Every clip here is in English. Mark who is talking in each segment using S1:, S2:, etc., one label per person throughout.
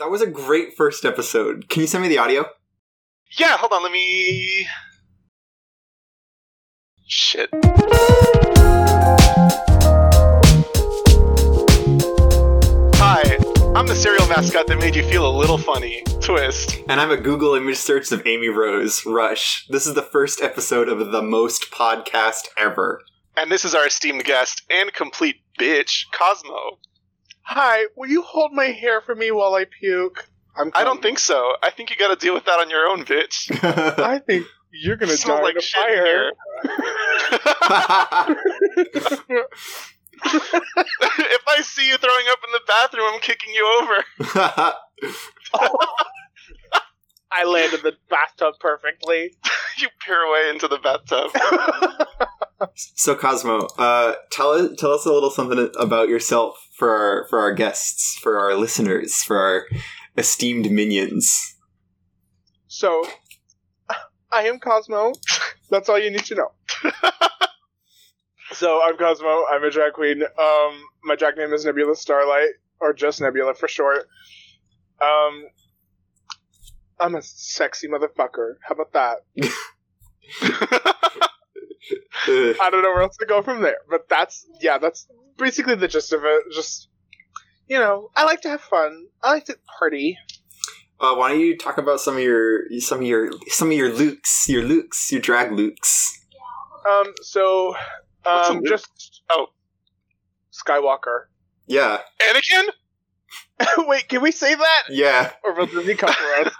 S1: That was a great first episode. Can you send me the audio?
S2: Yeah, hold on, let me. Shit. Hi, I'm the cereal mascot that made you feel a little funny. Twist.
S1: And I'm a Google image search of Amy Rose, Rush. This is the first episode of the most podcast ever.
S2: And this is our esteemed guest and complete bitch, Cosmo.
S3: Hi, will you hold my hair for me while I puke?
S1: I'm
S2: I
S3: Um,
S2: don't think so. I think you gotta deal with that on your own, bitch.
S1: think.
S3: I think you're gonna
S2: You smell
S3: die
S2: like
S3: in a
S2: shit in
S3: fire.
S2: here. if I see you throwing up in the bathroom, I'm kicking you over.
S3: I landed the bathtub perfectly.
S2: You pirouette into the bathtub.
S1: so Cosmo, uh, tell us tell us a little something about yourself for our for our guests, for our listeners, for our esteemed minions.
S3: So, I am Cosmo. That's all you need to know. so I'm Cosmo. I'm a drag queen. Um, my drag name is Nebula Starlight, or just Nebula for short. Um, I'm a sexy motherfucker. How about that?
S1: Ugh.
S3: I don't know where else to go from there. But that's yeah, that's basically the gist of it. Just you know, I like to have fun. I like to party.
S1: Uh, why don't you talk about some of your some of your some of your looks, your looks, your drag looks?
S3: Um, so
S2: What's a
S3: um,
S2: loop?
S3: just
S2: Oh.
S3: Skywalker.
S1: Yeah,
S2: Anakin?
S3: Wait, can we say that?
S1: yeah.
S3: Or will Disney come for us?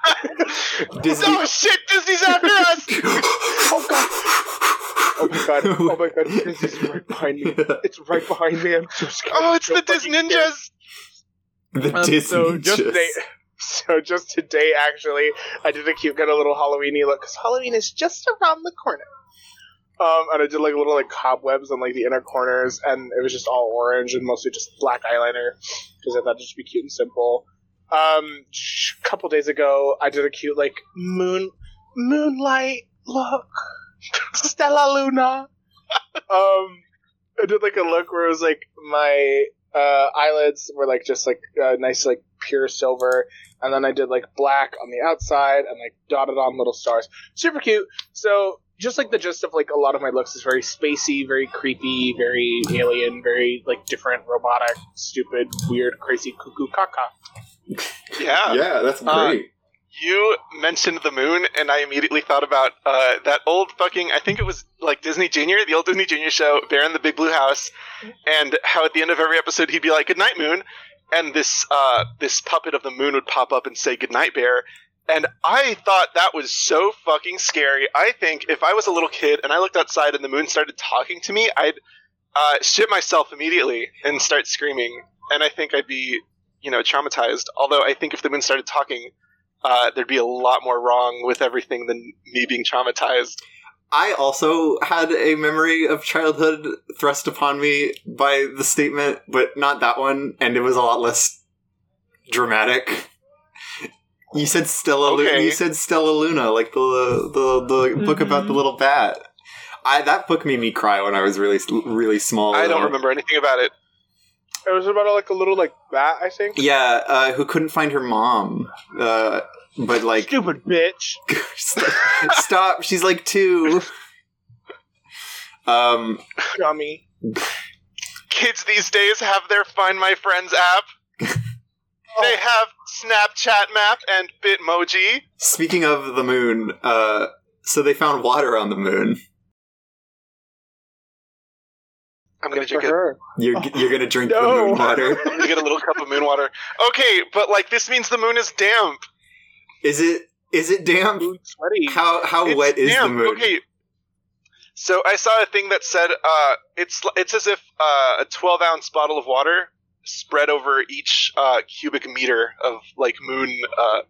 S1: Disney.
S2: No Oh, shit, Disney's after us!
S1: oh
S3: God. Oh my god! Oh my god! Disney's right behind me. It's right behind me. I'm so scared.
S2: Oh, it's
S3: So
S2: the Disney
S3: fucking scared.
S2: Ninjas!
S1: The
S3: Um,
S1: Disney.
S3: so just
S1: just-
S3: today, so just today, actually, I did a cute kind of little Halloweeny look because Halloween is just around the corner. Um, and I did like little like cobwebs on like the inner corners, and it was just all orange and mostly just black eyeliner because I thought it'd just be cute and simple. Um, sh- couple days ago, I did a cute like moon moonlight look, Stella Luna. um, I did like a look where it was like my uh, eyelids were like just like uh, nice like pure silver, and then I did like black on the outside and like dotted on little stars. Super cute. So just like the gist of like a lot of my looks is very spacey, very creepy, very alien, very like different, robotic, stupid, weird, crazy, cuckoo, caca.
S2: Yeah.
S1: yeah, that's
S3: uh,
S1: great.
S2: You mentioned the moon, and I immediately thought about uh, that old fucking, I think it was like Disney Junior, the old Disney Junior show, Bear in the Big Blue House, and how at the end of every episode he'd be like, Good night, moon. And this, uh, this puppet of the moon would pop up and say, Good night, Bear. And I thought that was so fucking scary. I think if I was a little kid and I looked outside and the moon started talking to me, I'd uh, shit myself immediately and start screaming. And I think I'd be, you know, traumatized. Although I think if the moon started talking, uh, there'd be a lot more wrong with everything than me being traumatized.
S1: I also had a memory of childhood thrust upon me by the statement, but not that one, and it was a lot less dramatic. You said Stella. Lu-
S2: Okay.
S1: you said Stella Luna, like the the, the book about the
S3: Mm-hmm.
S1: little bat. I that book made me cry when I was really really small.
S2: I don't
S3: Uh-huh.
S1: though.
S2: remember anything about it.
S3: It was about like a little like that, I think.
S1: Yeah, uh, who couldn't find her mom, uh, but like
S3: Stupid bitch.
S1: stop. She's like two. Um.
S3: Dummy.
S2: Kids these days have their Find My Friends app. They have Snapchat map and Bitmoji.
S1: Speaking of the moon, uh, so they found water on the moon.
S2: I'm gonna
S3: For
S2: drink it.
S3: her.
S1: You're you're gonna drink the
S3: No.
S1: moon water.
S2: I'm gonna get a little cup of moon water. Okay, but like this means the moon is damp.
S1: Is it is it damp?
S3: Ooh, sweaty.
S1: How how
S2: It's
S1: wet is
S2: damp.
S1: the moon?
S2: Okay. So I saw a thing that said uh, it's it's as if uh, a 12 ounce bottle of water spread over each uh, cubic meter of like moon uh,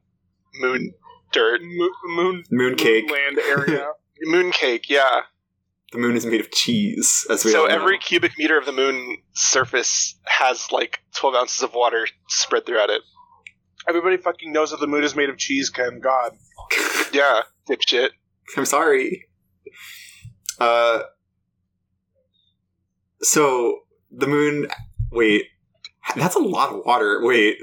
S2: moon dirt
S3: Mo- moon
S1: Moon cake.
S3: land area.
S2: moon cake. Yeah.
S1: The moon is made of cheese, as we
S2: So
S1: all know.
S2: every cubic meter of the moon surface has like 12 ounces of water spread throughout it.
S3: Everybody fucking knows that the moon is made of cheese, Ken. God.
S2: Yeah, dipshit.
S1: I'm sorry. Uh. So the moon. Wait, that's a lot of water. Wait,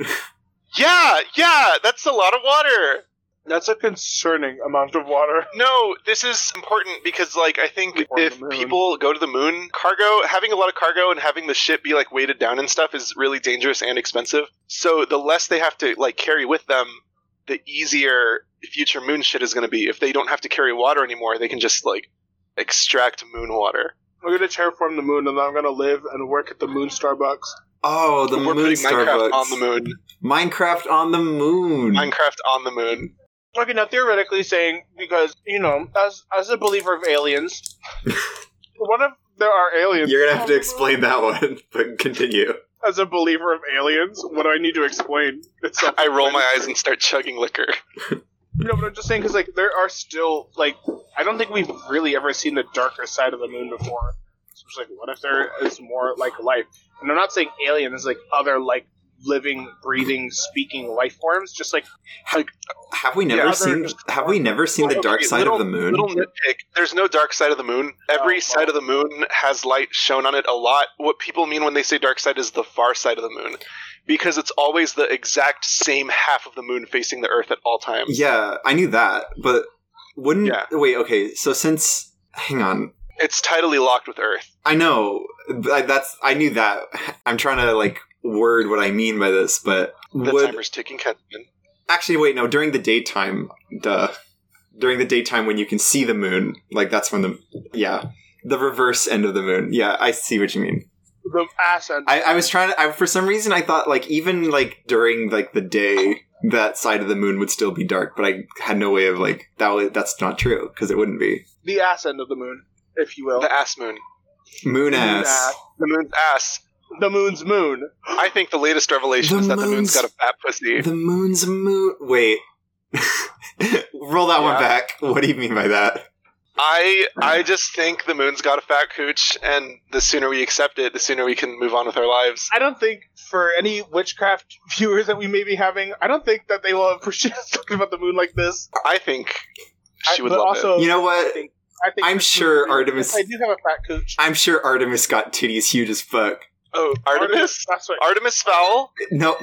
S2: Yeah, yeah, that's a lot of water.
S3: That's a concerning amount of water.
S2: No, this is important because, like, I think
S3: Or
S2: if
S3: the moon.
S2: people go to the moon, cargo, having a lot of cargo and having the ship be, like, weighted down and stuff is really dangerous and expensive. So the less they have to, like, carry with them, the easier future moon shit is going to be. If they don't have to carry water anymore, they can just, like, extract moon water.
S3: I'm gonna terraform the moon, and then I'm gonna live and work at the moon Starbucks.
S1: Oh, the
S2: We're
S1: moon
S2: putting Minecraft
S1: Starbucks.
S2: on the moon.
S1: Minecraft on the moon.
S2: Minecraft on the moon.
S3: Okay, now theoretically saying because you know, as as a believer of aliens, what if there are aliens?
S1: You're gonna have to explain that one, but continue.
S3: As a believer of aliens, what do I need to explain? It's
S2: I roll my eyes and start chugging liquor.
S3: No, but I'm just saying because like there are still like I don't think we've really ever seen the darker side of the moon before. So it's like, what if there is more like life? And I'm not saying aliens, like other like living, breathing, speaking life forms. Just like
S1: Have we never
S2: Yeah,
S1: seen?
S3: there's-
S1: Have we never seen the
S2: Okay,
S1: dark side
S2: little-
S1: of the moon?
S2: Little nitpick. There's no dark side of the moon. Every
S3: Oh, wow.
S2: side of the moon has light shown on it a lot. What people mean when they say dark side is the far side of the moon, because it's always the exact same half of the moon facing the Earth at all times.
S1: Yeah, I knew that, but wouldn't
S2: Yeah.
S1: wait? Okay, so since hang on,
S2: It's tidally locked with Earth.
S1: I know but I- that's I knew that. I'm trying to like word what I mean by this, but
S2: The
S1: would
S2: timer's ticking, Kevin.
S1: actually wait no during the daytime, duh. During the daytime when you can see the moon, like that's when the yeah the reverse end of the moon. Yeah, I see what you mean.
S3: the ass end.
S1: I, I was trying to. I, for some reason, I thought like even like during like the day, that side of the moon would still be dark. But I had no way of like that. Was, that's not true because it wouldn't be
S3: the ass end of the moon, if you will.
S2: The ass moon.
S1: moon
S3: Moon
S1: ass.
S3: ass.
S2: The moon's ass.
S3: The moon's moon.
S2: I think the latest revelation
S1: The
S2: is that the
S1: moon's-
S2: moon's got a fat pussy.
S1: The moon's moon. Wait, roll that one
S2: Yeah.
S1: back. What do you mean by that?
S2: I I just think the moon's got a fat cooch, and the sooner we accept it, the sooner we can move on with our lives.
S3: I don't think for any witchcraft viewers that we may be having, I don't think that they will appreciate us talking about the moon like this.
S2: I think she
S3: I-
S2: would
S3: but
S2: love it.
S3: also,
S1: You know what?
S3: I think
S1: I'm
S3: this
S1: sure
S3: is-
S1: Artemis-
S3: I do have a fat cooch.
S1: I'm sure Artemis got titties huge as fuck.
S2: Oh, Artemis?
S3: That's what.
S2: Artemis Fowl?
S1: No,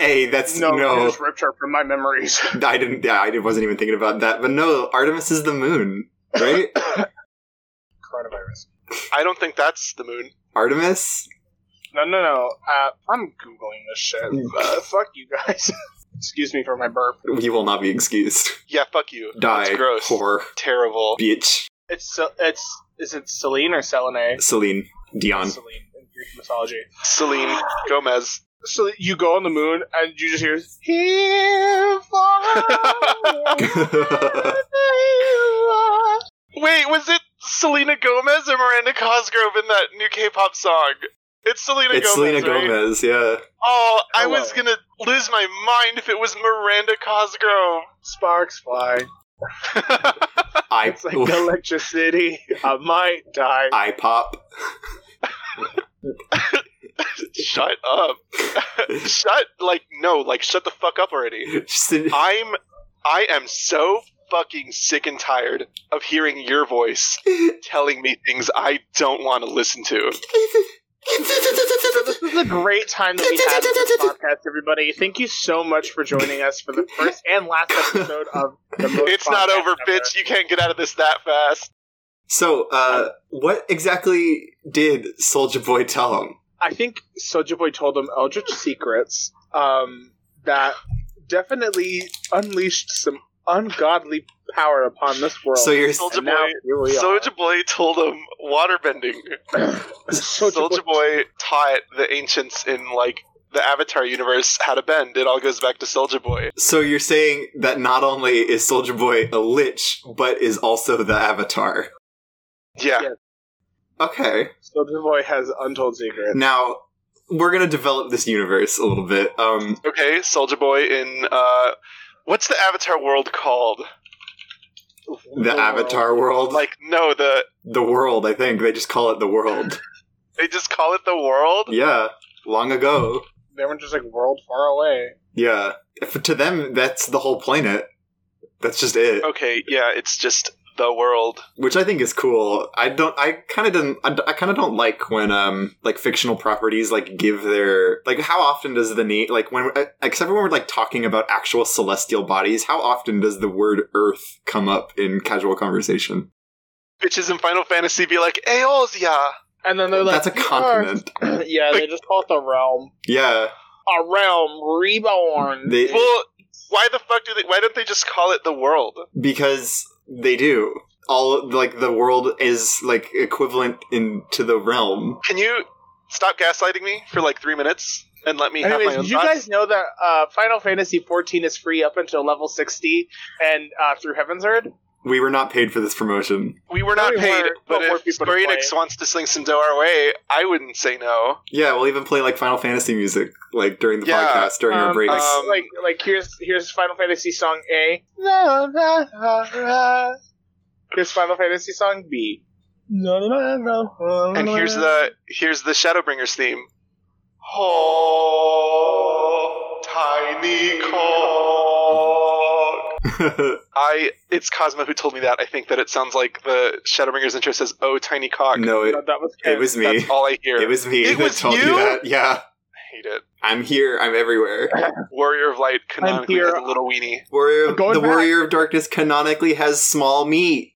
S1: hey, that's
S3: no,
S1: no.
S3: I just ripped her from my memories.
S1: I didn't. Yeah, I wasn't even thinking about that. But no, Artemis is the moon, right?
S3: Coronavirus.
S2: I don't think that's the moon.
S1: Artemis.
S3: No, no, no. Uh, I'm googling this shit.
S1: Hmm.
S3: Uh, fuck you guys. Excuse me for my burp.
S1: You will not be excused.
S2: Yeah, fuck you.
S1: Die,
S2: That's gross.
S1: whore,
S2: Terrible.
S1: bitch.
S3: It's Se- it's is it Celine or Selene?
S1: Celine Dion.
S3: Celine in Greek mythology.
S2: Celine Gomez.
S3: So you go on the moon and you just hear here for
S2: Wait, was it Selena Gomez or Miranda Cosgrove in that new K-pop song? It's Selena
S1: it's
S2: Gomez.
S1: Selena
S2: right?
S1: Gomez. Yeah.
S2: Oh, I
S3: Hello.
S2: was gonna lose my mind if it was Miranda Cosgrove.
S3: Sparks fly.
S1: I
S3: It's like electricity. I might die.
S1: I pop.
S2: shut up. shut like no, like shut the fuck up already.
S1: Cel-
S2: I'm I am so fucking sick and tired of hearing your voice telling me things I don't want to listen to.
S3: This is a great time that we had with this podcast, everybody. Thank you so much for joining us for the first and last episode of the most
S2: It's not
S3: podcast
S2: over,
S3: ever.
S2: bitch. You can't get out of this that fast.
S1: so, uh, what exactly did Soldier Boy tell him?
S3: I think Soulja Boy told him Eldritch secrets um, that definitely unleashed some ungodly power upon this world.
S1: So you're
S2: Soulja
S3: And now
S2: Boy-
S3: here we are.
S2: Soldier Boy told him waterbending.
S3: Soulja
S2: Soldier Boy taught the ancients in like the Avatar universe how to bend. It all goes back to Soldier Boy.
S1: so you're saying that not only is Soldier Boy a lich, but is also the Avatar.
S2: Yeah.
S3: Yeah.
S1: Okay.
S3: Soulja Boy has untold secrets.
S1: Now we're gonna develop this universe a little bit. Um,
S2: Okay, Soldier Boy in uh what's the Avatar world called?
S1: the Avatar world,
S2: Like no, the
S1: the world. I think they just call it the world.
S2: they just call it the world?
S1: yeah, long ago.
S3: They were just like world far away.
S1: Yeah, If- to them that's the whole planet. That's just it.
S2: Okay, yeah, it's just the world.
S1: which I think is cool. I don't. I kind of didn't. I, I kind of don't like when um like fictional properties like give their like how often does the name like when uh, except when we're like talking about actual celestial bodies, how often does the word Earth come up in casual conversation?
S2: Bitches in Final Fantasy be like, Eorzea!
S3: And then they're like,
S1: That's a
S3: "You
S1: continent.
S3: are-" yeah, they just call it the realm.
S1: Yeah,
S3: A realm reborn.
S1: They-
S2: Well, why the fuck do they? Why don't they just call it the world?
S1: because they do. All like the world is like equivalent in to the realm.
S2: Can you stop gaslighting me for like three minutes and let me have my
S3: Anyways,
S2: own
S3: did you
S2: thoughts?
S3: guys know that uh, Final Fantasy 14 is free up until level 60 and uh, through Heaven's Herd?
S1: We were not paid for this promotion.
S2: we were not
S3: we
S2: paid,
S3: weren't,
S2: but
S3: but more
S2: if
S3: people to
S2: Square
S3: play.
S2: Enix wants to sling some dough our way, I wouldn't say no.
S1: Yeah, we'll even play like Final Fantasy music like during the
S2: Yeah,
S1: podcast during our
S3: Um,
S1: breaks.
S3: like,
S2: Um,
S3: like, like here's here's Final Fantasy song A. La, la, la, la. Here's Final Fantasy song B. La, la, la, la, la,
S2: And
S3: la,
S2: here's
S3: la.
S2: the here's the Shadowbringers theme. Oh, tiny cock.
S3: um,
S2: I it's Cosmo who told me that. I think that it sounds like the Shadowbringers intro says, "Oh, tiny cock."
S1: no, it,
S3: No, that was
S1: it was me.
S2: That's all I hear.
S1: It was me
S2: It
S1: that
S2: was
S1: told you?
S2: you?
S1: that. Yeah.
S2: I hate it.
S1: I'm here. I'm everywhere.
S2: Warrior of Light canonically
S3: here.
S2: has a little weenie.
S1: Warrior of,
S3: Going
S1: the
S3: back.
S1: Warrior of Darkness canonically has small meat.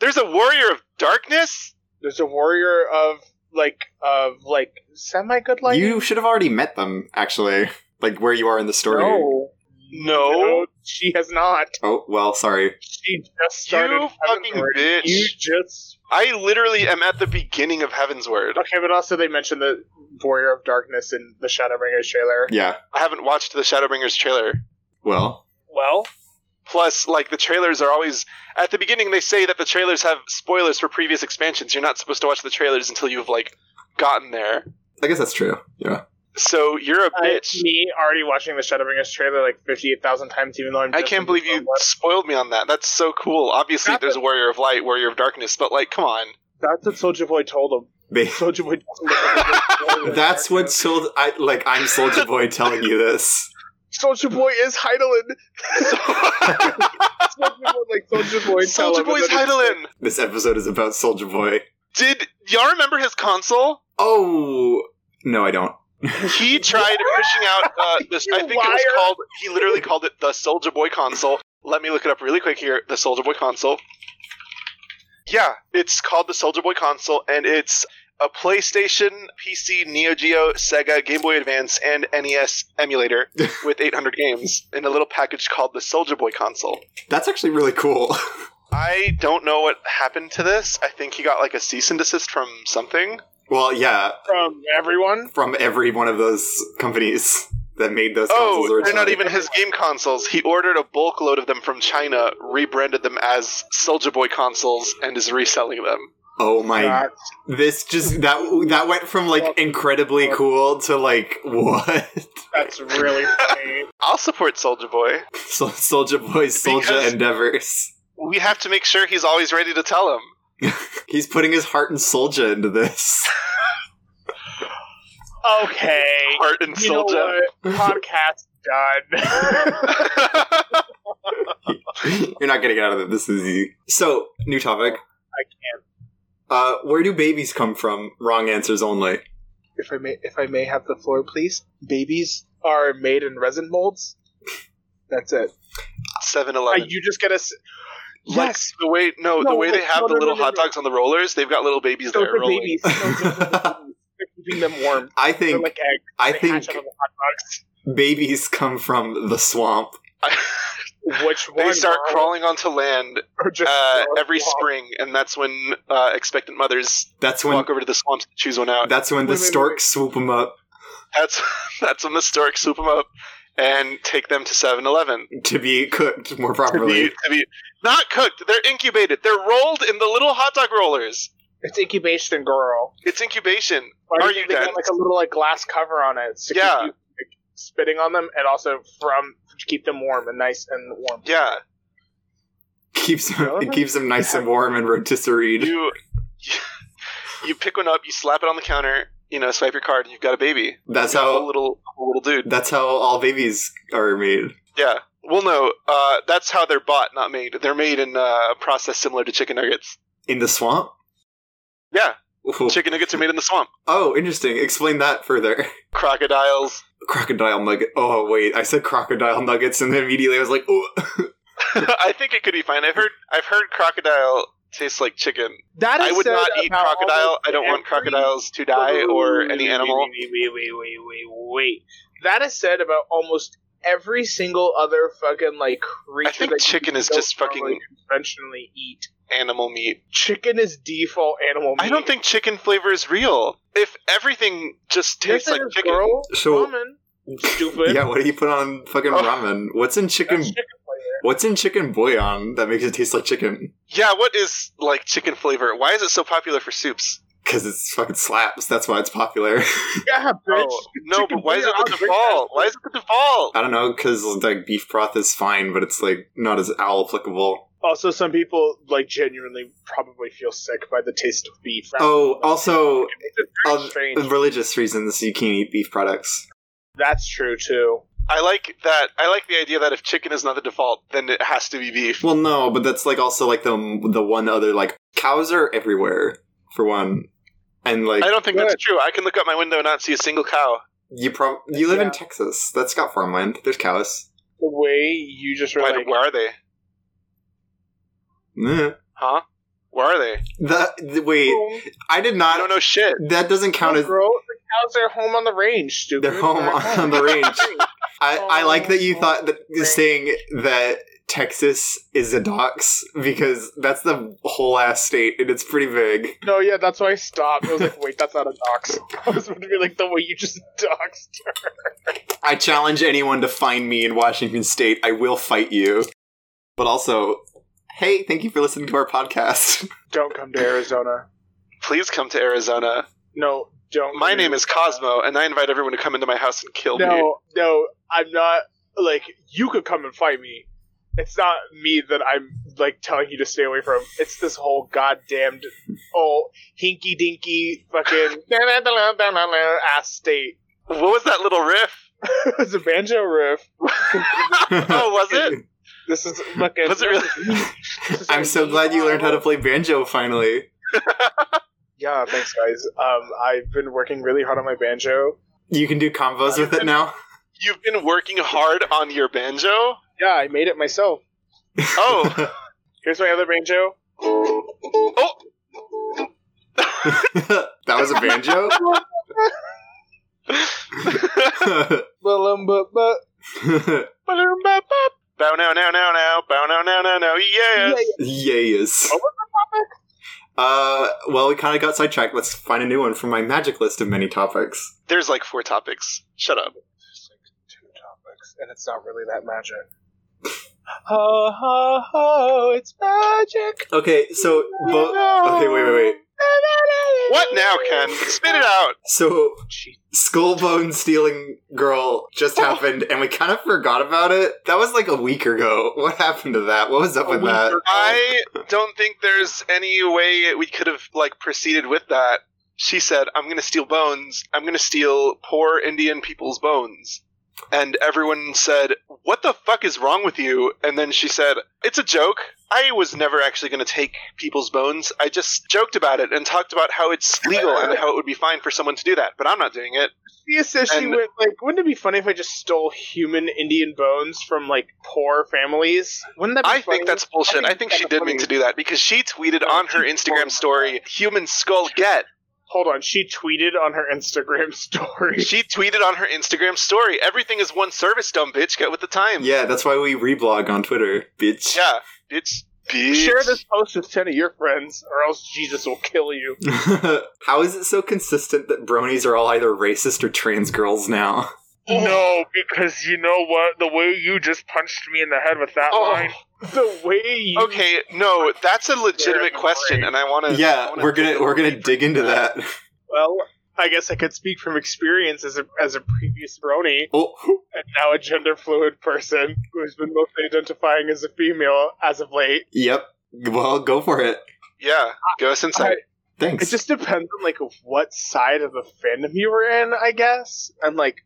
S2: There's a Warrior of Darkness.
S3: There's a warrior of like of like semi good life.
S1: you should have already met them, actually. Like where you are in the story.
S3: no.
S2: No.
S3: no, she has not.
S1: Oh well, sorry.
S3: She just started.
S2: You
S3: Heaven's
S2: fucking
S3: Word.
S2: bitch.
S3: You just
S2: I literally am at the beginning of Heaven's Word.
S3: okay, but also they mentioned the Warrior of Darkness in the Shadowbringers trailer.
S1: Yeah.
S2: I haven't watched the Shadowbringers trailer.
S1: Well,
S3: Well,
S2: Plus, like the trailers are always at the beginning. They say that the trailers have spoilers for previous expansions. You're not supposed to watch the trailers until you've like gotten there.
S1: I guess that's true. Yeah.
S2: So you're a
S3: I,
S2: bitch.
S3: me already watching the Shadowbringers trailer like fifty-eight thousand times, even though I'm.
S2: I
S3: just in
S2: can't
S3: the
S2: believe you
S3: first one.
S2: spoiled me on that. That's so cool. Obviously,
S3: Stop
S2: there's a warrior of light, warrior of darkness, but like, come on.
S3: That's what Soldier Boy told him.
S1: Ba-
S3: Soldier Boy. Told him that he was Warrior of
S1: That's what
S3: Darkness.
S1: Sol- I like. I'm Soldier Boy telling you this.
S3: Soldier Boy is Heidelin. Soldier Boy, like Soldier Boy. tell
S2: Soldier
S3: him, and
S2: Boy's
S3: then it's-
S2: Heidelin.
S1: This episode is about Soldier Boy.
S2: Did y'all remember his console?
S1: Oh no, I don't.
S2: He tried pushing out. Uh, this,
S3: You
S2: I think it was
S3: liar.
S2: called. He literally called it the Soldier Boy console. Let me look it up really quick here. The Soldier Boy console. Yeah, it's called the Soldier Boy console, and it's a PlayStation, PC, Neo Geo, Sega, Game Boy Advance, and NES emulator with 800 games in a little package called the Soldier Boy console.
S1: That's actually really cool.
S2: I don't know what happened to this. I think he got like a cease and desist from something.
S1: well, yeah,
S3: From everyone.
S1: from every one of those companies that made those consoles.
S2: Oh, they're
S1: originally.
S2: not even his game consoles. He ordered a bulk load of them from China, rebranded them as Soldier Boy consoles, and is reselling them.
S1: Oh my!
S3: God.
S1: This just that that went from like incredibly cool to like what?
S3: That's really funny.
S2: I'll support Soldier Boy.
S1: So, Soldier Boy's Soldier
S2: Because-
S1: endeavors.
S2: We have to make sure he's always ready to tell him.
S1: He's putting his heart and soldier into this.
S3: Okay.
S2: Heart and
S3: You know
S2: Soldier.
S3: what? Podcast done.
S2: I
S1: You're not gonna get out of it this easy. So, new topic.
S3: I can't.
S1: Uh, where do babies come from? Wrong answers only.
S3: if I may, if I may have the floor, please. Babies are made in resin molds. That's it.
S2: 7
S3: Are
S2: Eleven.
S3: you just gonna? s-
S2: Like
S3: Yes.
S2: the way no,
S3: No,
S2: the way
S3: no,
S2: they have
S3: no,
S2: the
S3: no,
S2: little
S3: no, no,
S2: hot
S3: no.
S2: dogs on the rollers, they've got little babies
S3: Those
S2: there
S3: are
S2: rolling.
S3: babies. Those are babies. They're keeping them warm.
S1: I
S3: They're
S1: think
S3: like eggs.
S1: I
S3: They
S1: think
S3: hatch out of the hot
S1: babies come from the swamp.
S3: dogs. Which one?
S2: they start
S3: Mom?
S2: crawling onto land
S3: Or just
S2: uh,
S3: throw it
S2: every
S3: along?
S2: spring, and that's when uh, expectant mothers
S1: That's when
S2: walk over to the swamp to choose one out.
S1: that's when the
S3: Wait, wait, wait,
S1: storks
S3: wait.
S1: swoop them up
S2: That's that's when the stork swoop them up and take them to 7-Eleven
S1: to be cooked more
S2: to
S1: properly.
S2: be, to be not cooked. They're incubated. They're rolled in the little hot dog rollers.
S3: It's incubation, girl.
S2: It's incubation.
S3: Why
S2: Are
S3: do
S2: you
S3: they got,
S2: dense?
S3: like a little like glass cover on it? to keep
S2: Yeah.
S3: you, like, spitting on them and also from to keep them warm and nice and warm.
S2: Yeah,
S1: keeps them, it
S3: Relevant?
S1: keeps them nice and warm and rotisserie.
S2: you you pick one up, you slap it on the counter, you know, swipe your card, and you've got a baby.
S1: That's
S2: A
S1: how
S2: little a little dude.
S1: that's how all babies are made.
S2: Yeah, Well, no, uh, that's how they're bought, not made. They're made in uh, a process similar to chicken nuggets.
S1: in the swamp.
S2: Yeah,
S1: Ooh.
S2: chicken nuggets are made in the swamp.
S1: Oh, interesting. Explain that further.
S2: Crocodiles.
S1: Crocodile nugget. Oh wait, I said crocodile nuggets, and then immediately I was like, oh.
S2: I think it could be fine. I've heard I've heard crocodile tastes like chicken.
S3: That
S2: I
S3: is
S2: would
S3: said
S2: not eat
S3: about
S2: crocodile.
S3: almost
S2: I don't want
S3: every-
S2: crocodiles to die or any animal.
S3: Wait, wait, wait, wait, wait, wait. That is said about almost every single other fucking like creature.
S2: I think
S3: that
S2: chicken
S3: you
S2: is
S3: don't
S2: just fucking-
S3: normally conventionally eat.
S2: Animal meat.
S3: Chicken is default animal.
S2: I don't
S3: meat.
S2: think chicken flavor is real. If everything just
S3: Yes,
S2: tastes
S3: it
S2: like
S3: is,
S2: chicken,
S3: girl.
S1: So-
S3: Ramen. Stupid.
S1: yeah. What do you put on fucking
S3: Oh.
S1: ramen? What's in chicken?
S3: That's chicken flavor.
S1: What's in chicken bouillon that makes it taste like chicken?
S2: yeah. What is like chicken flavor? Why is it so popular for soups?
S1: Because it's fucking slaps. That's why it's popular.
S3: Yeah, bitch.
S2: Oh, no,
S3: Chicken
S2: but why is it
S3: bouillon,
S2: the
S3: I'll drink
S2: default? Why is it the default?
S1: I don't know. Because like beef broth is fine, but it's like not as owl applicable.
S3: Also, some people like genuinely probably feel sick by the taste of beef.
S1: Oh, also, um,
S3: It's just very
S1: of
S3: strange.
S1: religious reasons, you can't eat beef products.
S3: That's true too.
S2: I like that. I like the idea that if chicken is not the default, then it has to be beef.
S1: Well, no, but that's like also like the the one other like cows are everywhere for one, and like
S2: I don't think that's
S3: Good.
S2: true. I can look out my window and not see a single cow.
S1: you prob you live
S3: Yeah.
S1: in Texas. That's got farmland. There's cows.
S3: The way you just were
S2: Why,
S3: like,
S2: where are they?
S1: Eh.
S2: Huh? Where are they?
S1: That th- wait,
S3: "Boom,
S1: I did
S2: I
S1: not.
S2: don't know shit.
S1: That doesn't count
S3: no,
S1: as
S3: girl, the cows are home on the range, stupid.
S1: They're home on the range. I, I like that you
S3: Oh,
S1: thought that
S3: great.
S1: saying that Texas is a dox because that's the whole ass state and it's pretty big.
S3: no, yeah, that's why I stopped. I was like, wait, that's not a dox. I was going to be like, the way you just doxed her.
S1: I challenge anyone to find me in Washington State. I will fight you. But also, hey, thank you for listening to our podcast.
S3: Don't come to Arizona.
S2: Please come to Arizona.
S3: No, don't.
S2: My
S3: come to
S2: name is Cosmo, and I invite everyone to come into my house and kill me.
S3: No, no, I'm not. Like, you could come and fight me. It's not me that I'm like telling you to stay away from. It's this whole goddamned, oh hinky dinky fucking ass state.
S2: What was that little riff?
S3: it's a banjo riff.
S2: Oh, was it?
S3: This is fucking.
S2: Was it really?
S3: this is
S1: I'm so glad you learned how to play banjo finally.
S3: Yeah, thanks guys. Um, I've been working really hard on my banjo.
S1: You can do combos with it now.
S2: You've been working hard on your banjo?
S3: Yeah, I made it myself.
S2: Oh,
S3: Here's my other banjo.
S1: that was a banjo?
S3: Ba-lum, ba- ba- ba-lum, ba- ba-
S2: bow now, now, now, now, bow now, now, now, now, yes.
S3: Yeah,
S1: yes.
S3: What was
S1: Uh, well, we kind of got sidetracked. Let's find a new one from my magic list of many topics.
S2: There's like four topics. Shut up.
S3: There's like two topics, and it's not really that magic. ho ho ho! It's magic.
S1: Okay, so bo- okay, wait, wait, wait.
S2: What now, Ken? Spit it out.
S1: So
S3: Jeez.
S1: skull bone stealing girl just happened, and we kind of forgot about it. That was like a week ago. What happened to that? What was up
S3: A
S1: with
S3: week
S1: that?
S3: or-
S2: I don't think there's any way we could have like proceeded with that. She said, "I'm going to steal bones. I'm going to steal poor Indian people's bones." And everyone said, "What the fuck is wrong with you?" And then she said, "It's a joke. I was never actually going to take people's bones. I just joked about it and talked about how it's legal and how it would be fine for someone to do that, but I'm not doing it."
S3: Thea says she
S2: And-
S3: went like, wouldn't it be funny if I just stole human Indian bones from like poor families? Wouldn't that be
S2: I
S3: funny?
S2: think that's bullshit. I
S3: I think
S2: think
S3: it's
S2: she
S3: kinda
S2: did mean
S3: funny.
S2: to do that because she tweeted
S3: No,
S2: on her
S3: she's
S2: Instagram
S3: bullshit.
S2: story, "Human skull get."
S3: Hold on, she tweeted on her Instagram story.
S2: She tweeted on her Instagram story, everything is one service, dumb bitch, get with the time.
S1: Yeah, that's why we reblog on Twitter, bitch.
S2: Yeah, bitch. Bitch.
S3: Share this post with ten of your friends, or else Jesus will kill you.
S1: How is it so consistent that bronies are all either racist or trans girls now?
S2: Oh.
S3: No, because you know what? The way you just punched me in the head with that
S2: Oh.
S3: line. The way you.
S2: Okay, no, that's a legitimate
S3: Sure,
S2: question, and I want to.
S1: yeah, we're gonna we're gonna dig into that.
S3: Well, I guess I could speak from experience as a, as a previous brony
S1: Oh,
S3: and now a gender fluid person who has been mostly identifying as a female as of late.
S1: yep. Well, go for it.
S2: Yeah, go us inside.
S1: Thanks.
S3: It just depends on like what side of the fandom you were in, I guess, and like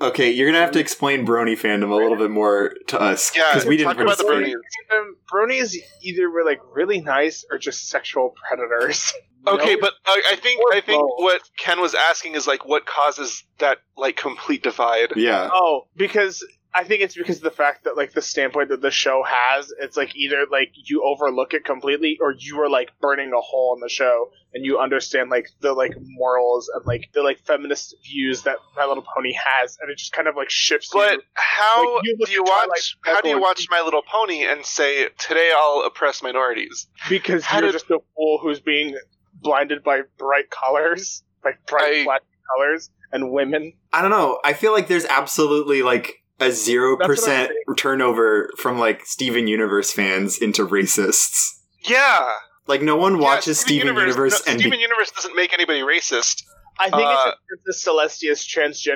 S1: Okay, you're gonna have to explain Brony fandom a little bit more to us
S2: Mm-hmm. Yeah,
S1: because we didn't
S2: talk about the
S1: participate.
S2: Brony.
S3: Um, bronies either were like really nice or just sexual predators. You know?
S2: Okay, but I, I think
S3: Or
S2: I think
S3: both.
S2: what Ken was asking is like what causes that like complete divide.
S1: Yeah,
S3: Oh, because I think it's because of the fact that like the standpoint that the show has, it's like either like you overlook it completely or you are like burning a hole in the show and you understand like the like morals and like the like feminist views that My Little Pony has and it just kind of like shifts
S2: But
S3: you.
S2: how
S3: Like, you look
S2: do you
S3: at
S2: watch
S3: Twilight
S2: how do you
S3: Sparkle
S2: watch My Little Pony and say today I'll oppress minorities?
S3: because
S2: how
S3: you're
S2: did-
S3: just a fool who's being blinded by bright colors, like bright
S2: I-
S3: flashy colors and women.
S1: I don't know. I feel like there's absolutely like a zero
S3: That's what I'm
S1: percent turnover from like Steven Universe fans into racists.
S2: Yeah,
S1: Like no one
S2: Yeah,
S1: watches Steven Universe,
S2: no,
S1: and be-
S2: Steven Universe doesn't make anybody racist.
S3: I think
S2: Uh,
S3: it's, it's the Celestia's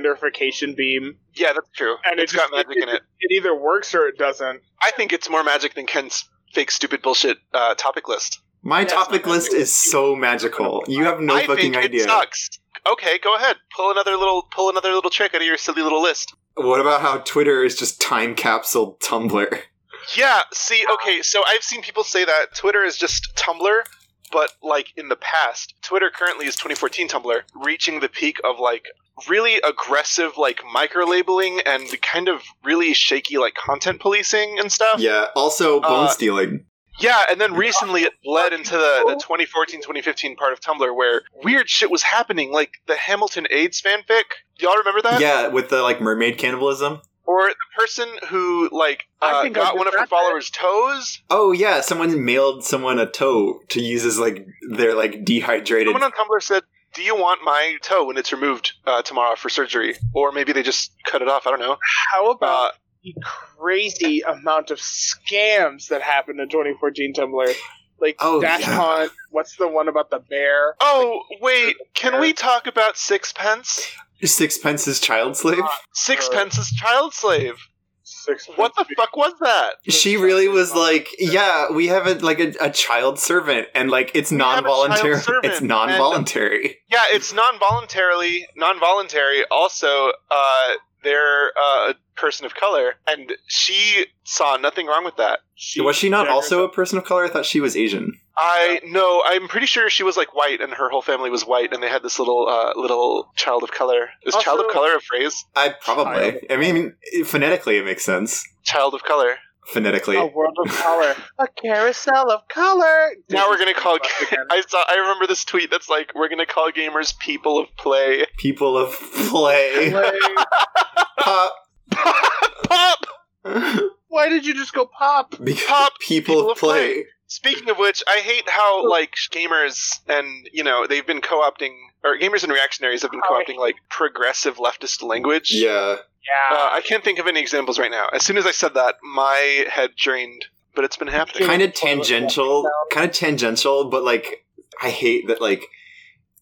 S3: transgenderification beam.
S2: Yeah, that's true.
S3: And
S2: it's
S3: it
S2: got
S3: just-
S2: magic in it.
S3: It either works or it doesn't.
S2: I think it's more magic than Ken's fake stupid bullshit uh, topic list.
S1: my
S3: That's
S1: topic
S3: what I'm
S1: list
S3: doing.
S1: is so magical. You have no
S2: I
S1: fucking
S2: think
S1: idea.
S2: it sucks. Okay, go ahead. Pull another little pull another little trick out of your silly little list.
S1: What about how Twitter is just time capsule Tumblr?
S2: Yeah, see, okay, so I've seen people say that Twitter is just Tumblr, but like in the past, Twitter currently is 2014 Tumblr, reaching the peak of like really aggressive like micro labeling and kind of really shaky like content policing and stuff.
S1: Yeah. Also, bone
S2: Uh,
S1: stealing.
S2: Yeah, and then recently it bled into the, the 2014 2015 part of Tumblr where weird shit was happening, like the Hamilton AIDS fanfic. Y'all remember that?
S1: Yeah, with the like mermaid cannibalism.
S2: Or the person who, like,
S3: I
S2: uh,
S3: think I
S2: got one of her
S3: described that.
S2: followers' toes?
S1: Oh yeah, someone mailed someone a toe to use as like their like dehydrated.
S2: Someone on Tumblr said, Do you want my toe when it's removed uh, tomorrow for surgery? Or maybe they just cut it off. I don't know.
S3: How about
S2: Uh,
S3: the crazy amount of scams that happened in 2014 Tumblr? Like
S1: Oh,
S3: Dash
S1: yeah.
S3: Hunt. What's the one about the bear?
S2: oh, wait. Can we talk about Sixpence?
S1: Sixpence is child slave.
S2: Sixpence is child slave.
S3: Six.
S2: What the fuck was that?
S1: she really was like, yeah, we have a like a, a child servant, and like it's
S2: have a child
S1: non-voluntary.
S2: servant,
S1: It's
S2: and-
S1: non-voluntary.
S2: Yeah, it's non-voluntarily, non-voluntary. Also, uh, they're uh, a person of color, and she saw nothing wrong with that.
S3: She-
S1: was she not
S3: Jagger-
S1: also a person of color? I thought she was Asian.
S2: I no, I'm pretty sure she was like white, and her whole family was white, and they had this little uh, little child of color. Is child of
S3: Also-
S2: color a phrase?
S1: I probably. I mean, phonetically it makes sense.
S2: Child of color.
S1: Phonetically,
S2: Oh.
S3: A world of color. a carousel of color.
S2: Now we're gonna call.
S3: This is-
S2: I saw. I remember this tweet that's like, we're gonna call gamers people of play.
S1: people of play
S3: Like,
S1: pop
S2: Pop.
S3: Why did you just go pop?
S2: Uh,
S1: because
S2: Pop,
S1: people,
S2: people
S1: of
S2: of
S1: play.
S2: play. Speaking of which, I hate how like gamers and you know they've been co-opting or gamers and reactionaries have been
S3: Oh, I
S2: co-opting like progressive leftist language.
S1: Yeah.
S3: Yeah.
S2: Uh, I can't think of any examples right now. As soon as I said that, my head drained, but it's been happening.
S1: kind of
S3: Toilet flushing
S1: tangential
S3: sound.
S1: kind of tangential but like i hate that like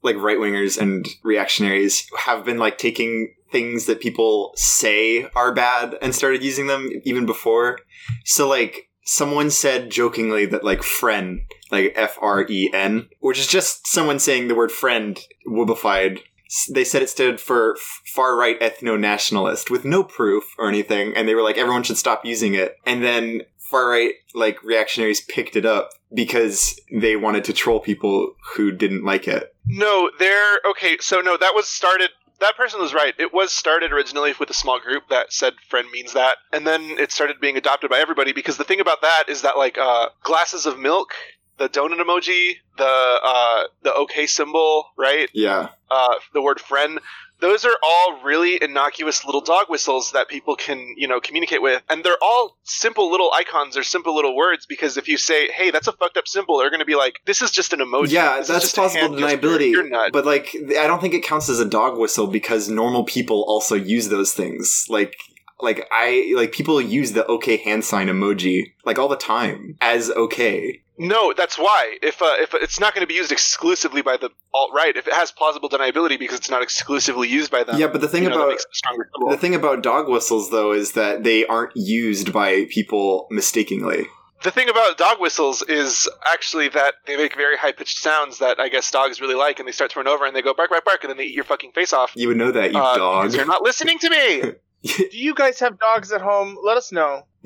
S1: like right wingers and reactionaries have been like taking things that people say are bad and started using them even before so like someone said jokingly that like friend like f-r-e-n which is just someone saying the word friend woobified S- they said it stood for far right ethno nationalist with no proof or anything, and they were like, everyone should stop using it. And then far right like reactionaries picked it up because they wanted to troll people who didn't like it.
S2: No, they're okay. So no, that was started. That person was right. It was started originally with a small group that said "friend means that," and then it started being adopted by everybody. Because the thing about that is that like uh, glasses of milk, the donut emoji, the uh, the OK symbol, right?
S1: Yeah,
S2: uh, the word friend. Those are all really innocuous little dog whistles that people can, you know, communicate with. And they're all simple little icons or simple little words because if you say, hey, that's a fucked up symbol, they're going to be like, this is just an emoji.
S1: yeah, that's
S2: This is Oh, just a
S1: plausible
S2: hand gesture.
S1: deniability.
S2: You're not.
S1: But like, th- I don't think it counts as a dog whistle because normal people also use those things. Like. Like I like people use the okay hand sign emoji like all the time as okay.
S2: No, that's why. If, uh, if it's not going to be used exclusively by the alt right, if it has plausible deniability because it's not exclusively used by them.
S1: yeah, but the thing
S2: you know, that
S1: about
S2: makes it a stronger symbol.
S1: The thing about dog whistles, though, is that they aren't used by people mistakenly.
S2: the thing about dog whistles is actually that they make very high pitched sounds that I guess dogs really like, and they start to run over and they go bark, bark, bark, and then they eat your fucking face off.
S1: You would know that, you
S2: uh,
S1: dog.
S2: because You're not listening to me.
S3: Do you guys have dogs at home? Let us know.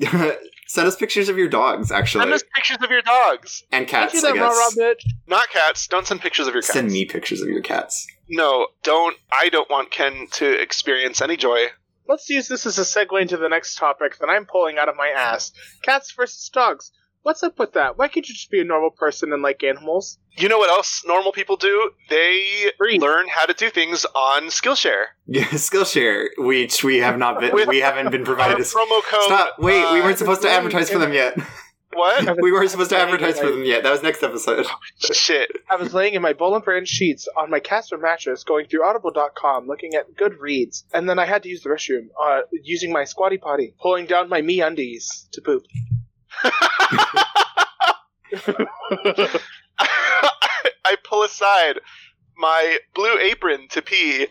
S1: Send us pictures of your dogs, actually,
S2: Send us pictures of your dogs,
S1: and
S3: Don't
S1: cats.
S3: do
S1: I
S3: that,
S1: guess.
S3: rah bitch.
S2: not cats. Don't send pictures of your cats.
S1: Send me pictures of your cats.
S2: No, don't. I don't want Ken to experience any joy.
S3: Let's use this as a segue into the next topic that I'm pulling out of my ass: cats versus dogs. What's up with that? Why can't you just be a normal person and like animals?
S2: You know what else normal people do? They
S3: Breathe.
S2: learn how to do things on Skillshare.
S1: Yeah, Skillshare, which we have not been,
S2: With-
S1: we haven't been
S2: Our
S1: provided. A,
S2: promo code.
S1: stop! Wait, we weren't supposed to
S3: uh,
S1: advertise for them yet.
S2: What?
S1: we weren't supposed to advertise for them yet. That was next episode.
S2: Shit.
S3: I was laying in my Bolin brand sheets on my Casper mattress, going through Audible.com, looking at good reads, and then I had to use the restroom, uh, using my squatty potty, pulling down my me undies to poop.
S2: I pull aside my blue apron to pee.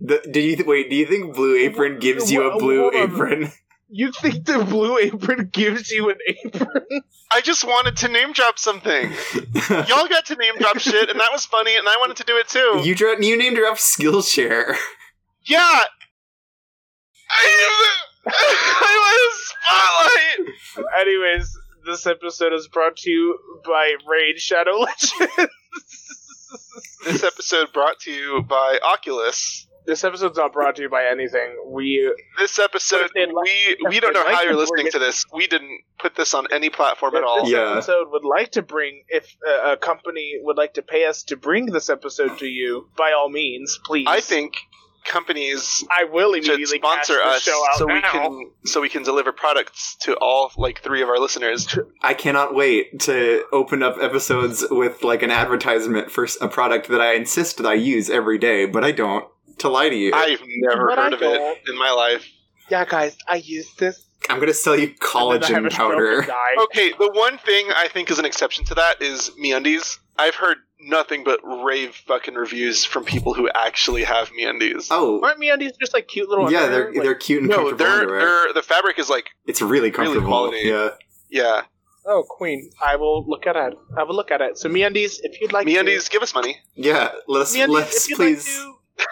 S1: The, do you th- wait? Do you think Blue Apron gives you a
S3: Whoa,
S1: blue
S3: hold on.
S1: apron?
S3: You think the blue apron gives you an apron?
S2: I just wanted to name drop something. Y'all got to name drop shit, and that was funny, and I wanted to do it too.
S1: you dra- you named her off Skillshare.
S2: yeah. I am the, I am the spotlight.
S3: Anyways, this episode is brought to you by Raid Shadow Legends.
S2: This episode brought to you by Oculus.
S3: this episode's not brought to you by anything. We
S2: This episode,
S3: If they like-
S2: we
S3: if
S2: we don't
S3: they
S2: know how
S3: like
S2: you're
S3: it, we're
S2: listening to this. We didn't put this on any platform at all.
S3: If this
S1: Yeah.
S3: episode would like to bring, if uh, a company would like to pay us to bring this episode to you, by all means, please.
S2: I think companies
S3: I will
S2: should
S3: immediately
S2: sponsor
S3: cash
S2: us
S3: the show out
S2: so we
S3: now.
S2: can so we can deliver products to all like three of our listeners.
S1: I cannot wait to open up episodes with like an advertisement for s- a product that I insist that I use every day, but I don't. To lie to you, I,
S2: I've never
S3: But I
S2: heard of it
S3: don't.
S2: in my life.
S3: Yeah, guys, I used this.
S1: am going to sell you
S3: and then I have
S1: collagen
S3: a stroke and
S1: powder.
S3: die.
S2: Okay, the one thing I think is an exception to that is MeUndies. I've heard nothing but rave fucking reviews from people who actually have MeUndies.
S1: Oh,
S3: Aren't MeUndies just like cute little?
S1: yeah,
S3: underwear?
S1: they're they're
S3: Like,
S1: cute and
S2: no,
S1: comfortable.
S2: they're,
S1: underwear.
S2: they're the fabric is like
S1: it's really comfortable.
S2: quality.
S1: yeah,
S2: yeah.
S3: oh queen. I will look at it. I will look at it. So MeUndies, if you'd like,
S2: MeUndies, give us money.
S1: yeah. Let's
S3: to, MeUndies,
S1: let's
S3: if you'd
S1: please.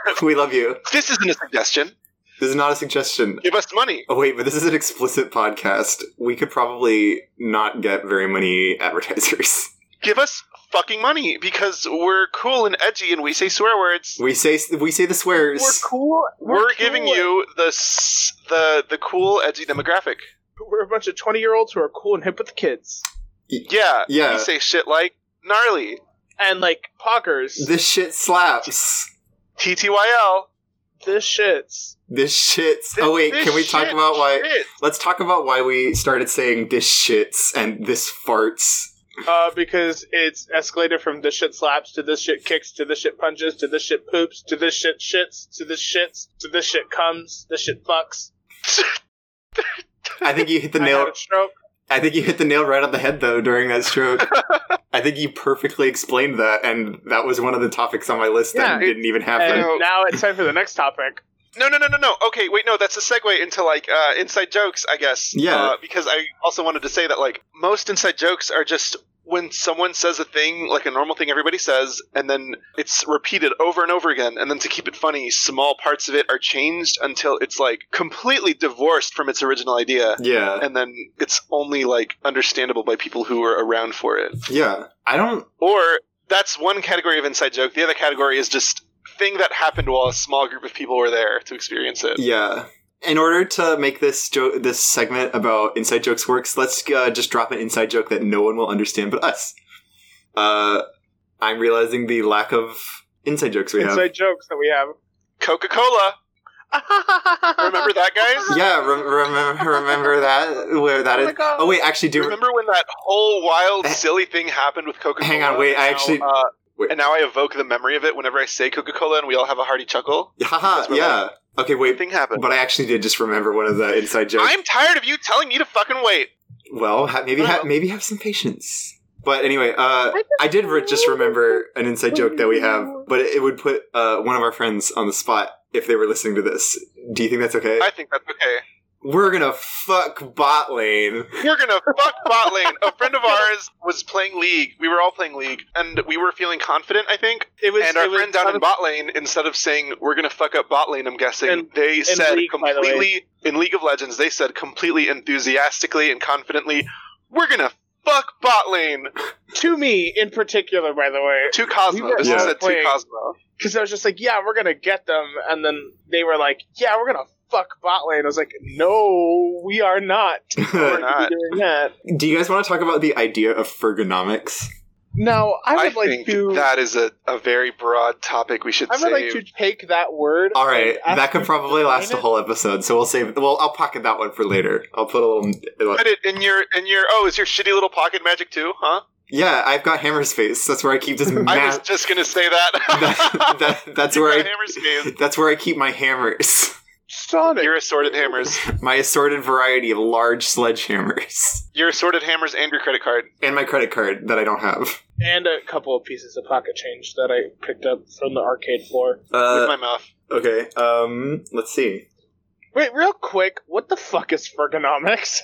S3: Like
S1: we love you.
S2: This isn't a suggestion.
S1: This is not a suggestion.
S2: Give us money.
S1: Oh wait, but this is an explicit podcast. We could probably not get very many advertisers.
S2: Give us fucking money because we're cool and edgy and we say swear words.
S1: We say we say the
S3: to,
S1: swears.
S3: we're cool.
S2: We're,
S3: cool.
S2: giving you the s- the the cool edgy demographic.
S3: We're a bunch of twenty-year-olds who are cool and hip with the kids,
S2: Yeah,
S1: Yeah.
S2: We say shit like gnarly,
S3: and like poggers.
S1: This shit slaps.
S2: TTYL.
S3: this shits.
S1: This shits. Oh wait,
S2: This
S1: can we talk
S2: shit,
S1: about why?
S2: shit.
S1: Let's talk about why we started saying this shits and this farts.
S3: Uh, because it's escalated from this shit slaps to this shit kicks to this shit punches to this shit poops to this shit shits to this shits to this shit comes this shit fucks.
S1: I think you hit the
S3: I
S1: nail.
S3: had a stroke.
S1: I think you hit the nail right on the head though during that stroke. I think you perfectly explained that, and that was one of the topics on my list that
S3: Yeah, it-
S1: didn't even happen.
S3: And
S2: Now-
S3: now it's time for the next topic.
S2: No, no, no, no, no. Okay, wait, no. That's a segue into like uh, inside jokes, I guess.
S1: Yeah.
S2: Uh, because I also wanted to say that like most inside jokes are just when someone says a thing like a normal thing everybody says, and then it's repeated over and over again, and then to keep it funny, small parts of it are changed until it's like completely divorced from its original idea.
S1: yeah.
S2: and then it's only like understandable by people who were around for it.
S1: Yeah, I don't.
S2: Or that's one category of inside joke. The other category is just thing that happened while a small group of people were there to experience it.
S1: Yeah, in order to make this joke, this segment about inside jokes works, let's uh, just drop an inside joke that no one will understand but us. Uh, I'm realizing the lack of inside jokes we
S3: Inside jokes that we have.
S2: Coca Cola. Remember that,
S1: have.
S2: guys?
S1: Yeah, rem- remember remember that where that
S3: Oh
S1: is.
S3: my God.
S1: Oh wait, actually, do
S2: Remember when that whole wild,
S1: Eh.
S2: silly thing happened with Coca Cola?
S1: Hang on, wait, I actually-
S2: Uh,
S1: wait.
S2: And now I evoke the memory of it whenever I say Coca Cola and we all have a hearty chuckle.
S1: haha,
S2: Because we're
S1: yeah. Okay, wait,
S2: Thing happened.
S1: but I actually did just remember one of the inside jokes.
S2: I'm tired of you telling me to fucking wait.
S1: well, ha- maybe ha-
S2: Oh.
S1: maybe have some patience. But anyway, uh, I did re- just remember Oh. an inside joke that we have, but it would put uh, one of our friends on the spot if they were listening to this. Do you think that's okay?
S2: I think that's okay.
S1: We're gonna fuck bot lane.
S2: We're gonna fuck bot lane. A friend of ours was playing League. We were all playing League, and we were feeling confident. I think.
S3: It was
S2: And our
S3: it was
S2: friend down
S3: kind
S2: in
S3: of-
S2: bot lane, instead of saying we're gonna fuck up bot lane, I'm guessing
S3: And-
S2: they said
S3: League, by the way.
S2: completely in League of Legends. They said completely enthusiastically and confidently, we're gonna fuck bot lane
S3: to me in particular, by the way,
S2: to Cosmo.
S3: We were
S2: this
S1: all
S2: is said to
S3: playing-
S2: Cosmo.
S3: because I was just like, yeah, we're gonna get them, and then they were like, yeah, we're gonna fuck bot lane. I was like, no, we are not.
S2: We're
S1: Do
S3: We're
S2: not.
S3: doing that.
S1: you guys want to talk about the idea of Fergonomics?
S3: Now I
S2: I,
S3: would like
S2: think
S3: to.
S2: that is a, a very broad topic. We should
S3: I would
S2: save.
S3: like to take that word.
S1: All right,
S3: and ask
S1: that
S3: you
S1: could
S3: to
S1: probably last a
S3: define it.
S1: whole episode, so we'll save. Well, I'll pocket that one for later. I'll put a little.
S2: Put it in your in your. Oh, is your shitty little pocket magic too? Huh?
S1: Yeah, I've got hammer space. That's where I keep this.
S2: I was
S1: mass.
S2: just gonna say that.
S1: that, that, that's
S2: You
S1: where
S2: got
S1: I.
S2: hammers, Dave.
S1: That's where I keep my hammers.
S3: Sonic.
S2: Your assorted hammers.
S1: My assorted variety of large sledgehammers.
S2: Your assorted hammers and your credit card.
S1: And my credit card that I don't have.
S3: and a couple of pieces of pocket change that I picked up from the arcade floor.
S2: with
S1: Uh,
S2: my mouth.
S1: okay, um, let's see.
S3: Wait, real quick, what the fuck is Fergonomics?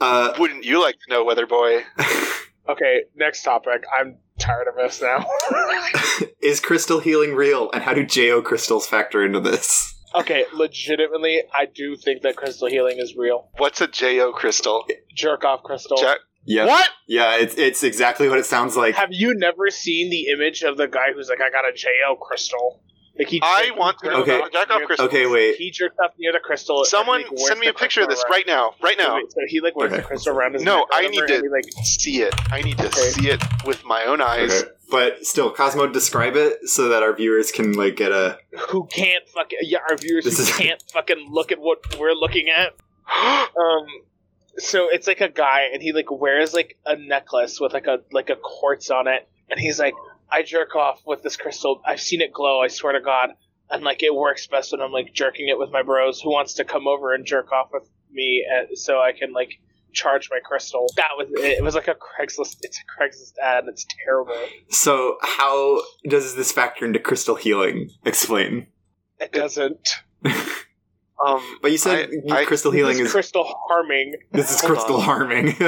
S1: Uh,
S2: Wouldn't you like to know, Weather Boy?
S3: Okay, next topic. I'm tired of this now.
S1: is crystal healing real? And how do JO crystals factor into this?
S3: okay, legitimately, I do think that crystal healing is real.
S2: What's a JO crystal?
S3: Jerk off crystal.
S2: Jack-
S1: Yeah.
S2: What?
S1: Yeah, it's, it's exactly what it sounds like.
S3: Have you never seen the image of the guy who's like, I got a JL crystal? Like he
S2: I want to know
S1: Okay.
S2: about Jack off crystal.
S1: Okay, wait.
S3: He jerked off near the crystal. and
S2: Someone
S3: he, like, wears
S2: send me
S3: the
S2: a picture of this
S3: crystal
S2: right now. Right
S3: around-
S2: now.
S3: So he like wears
S1: Okay.
S3: the crystal around his
S2: No,
S3: neck or
S2: I need
S3: whatever, and
S2: to-
S3: he, like,
S2: See it. I need to
S3: Okay.
S2: see it with my own eyes.
S1: Okay. But still, Cosmo, describe it so that our viewers can, like, get a.
S3: who can't fucking yeah our viewers
S1: This
S3: who
S1: is-
S3: can't fucking look at what we're looking at. Um, so it's like a guy and he like wears like a necklace with like a like a quartz on it, and he's like, I jerk off with this crystal. I've seen it glow. I swear to God, and like it works best when I'm like jerking it with my bros. Who wants to come over and jerk off with me uh, so I can like charge my crystal? That was it. It was like a Craigslist. It's a Craigslist ad. It's terrible.
S1: So, how does this factor into crystal healing? Explain.
S3: It doesn't.
S2: Um,
S1: But you said
S2: I- I-
S1: crystal healing
S3: It's
S1: is.
S3: crystal harming.
S1: this is
S2: Hold
S1: crystal
S2: on.
S1: harming.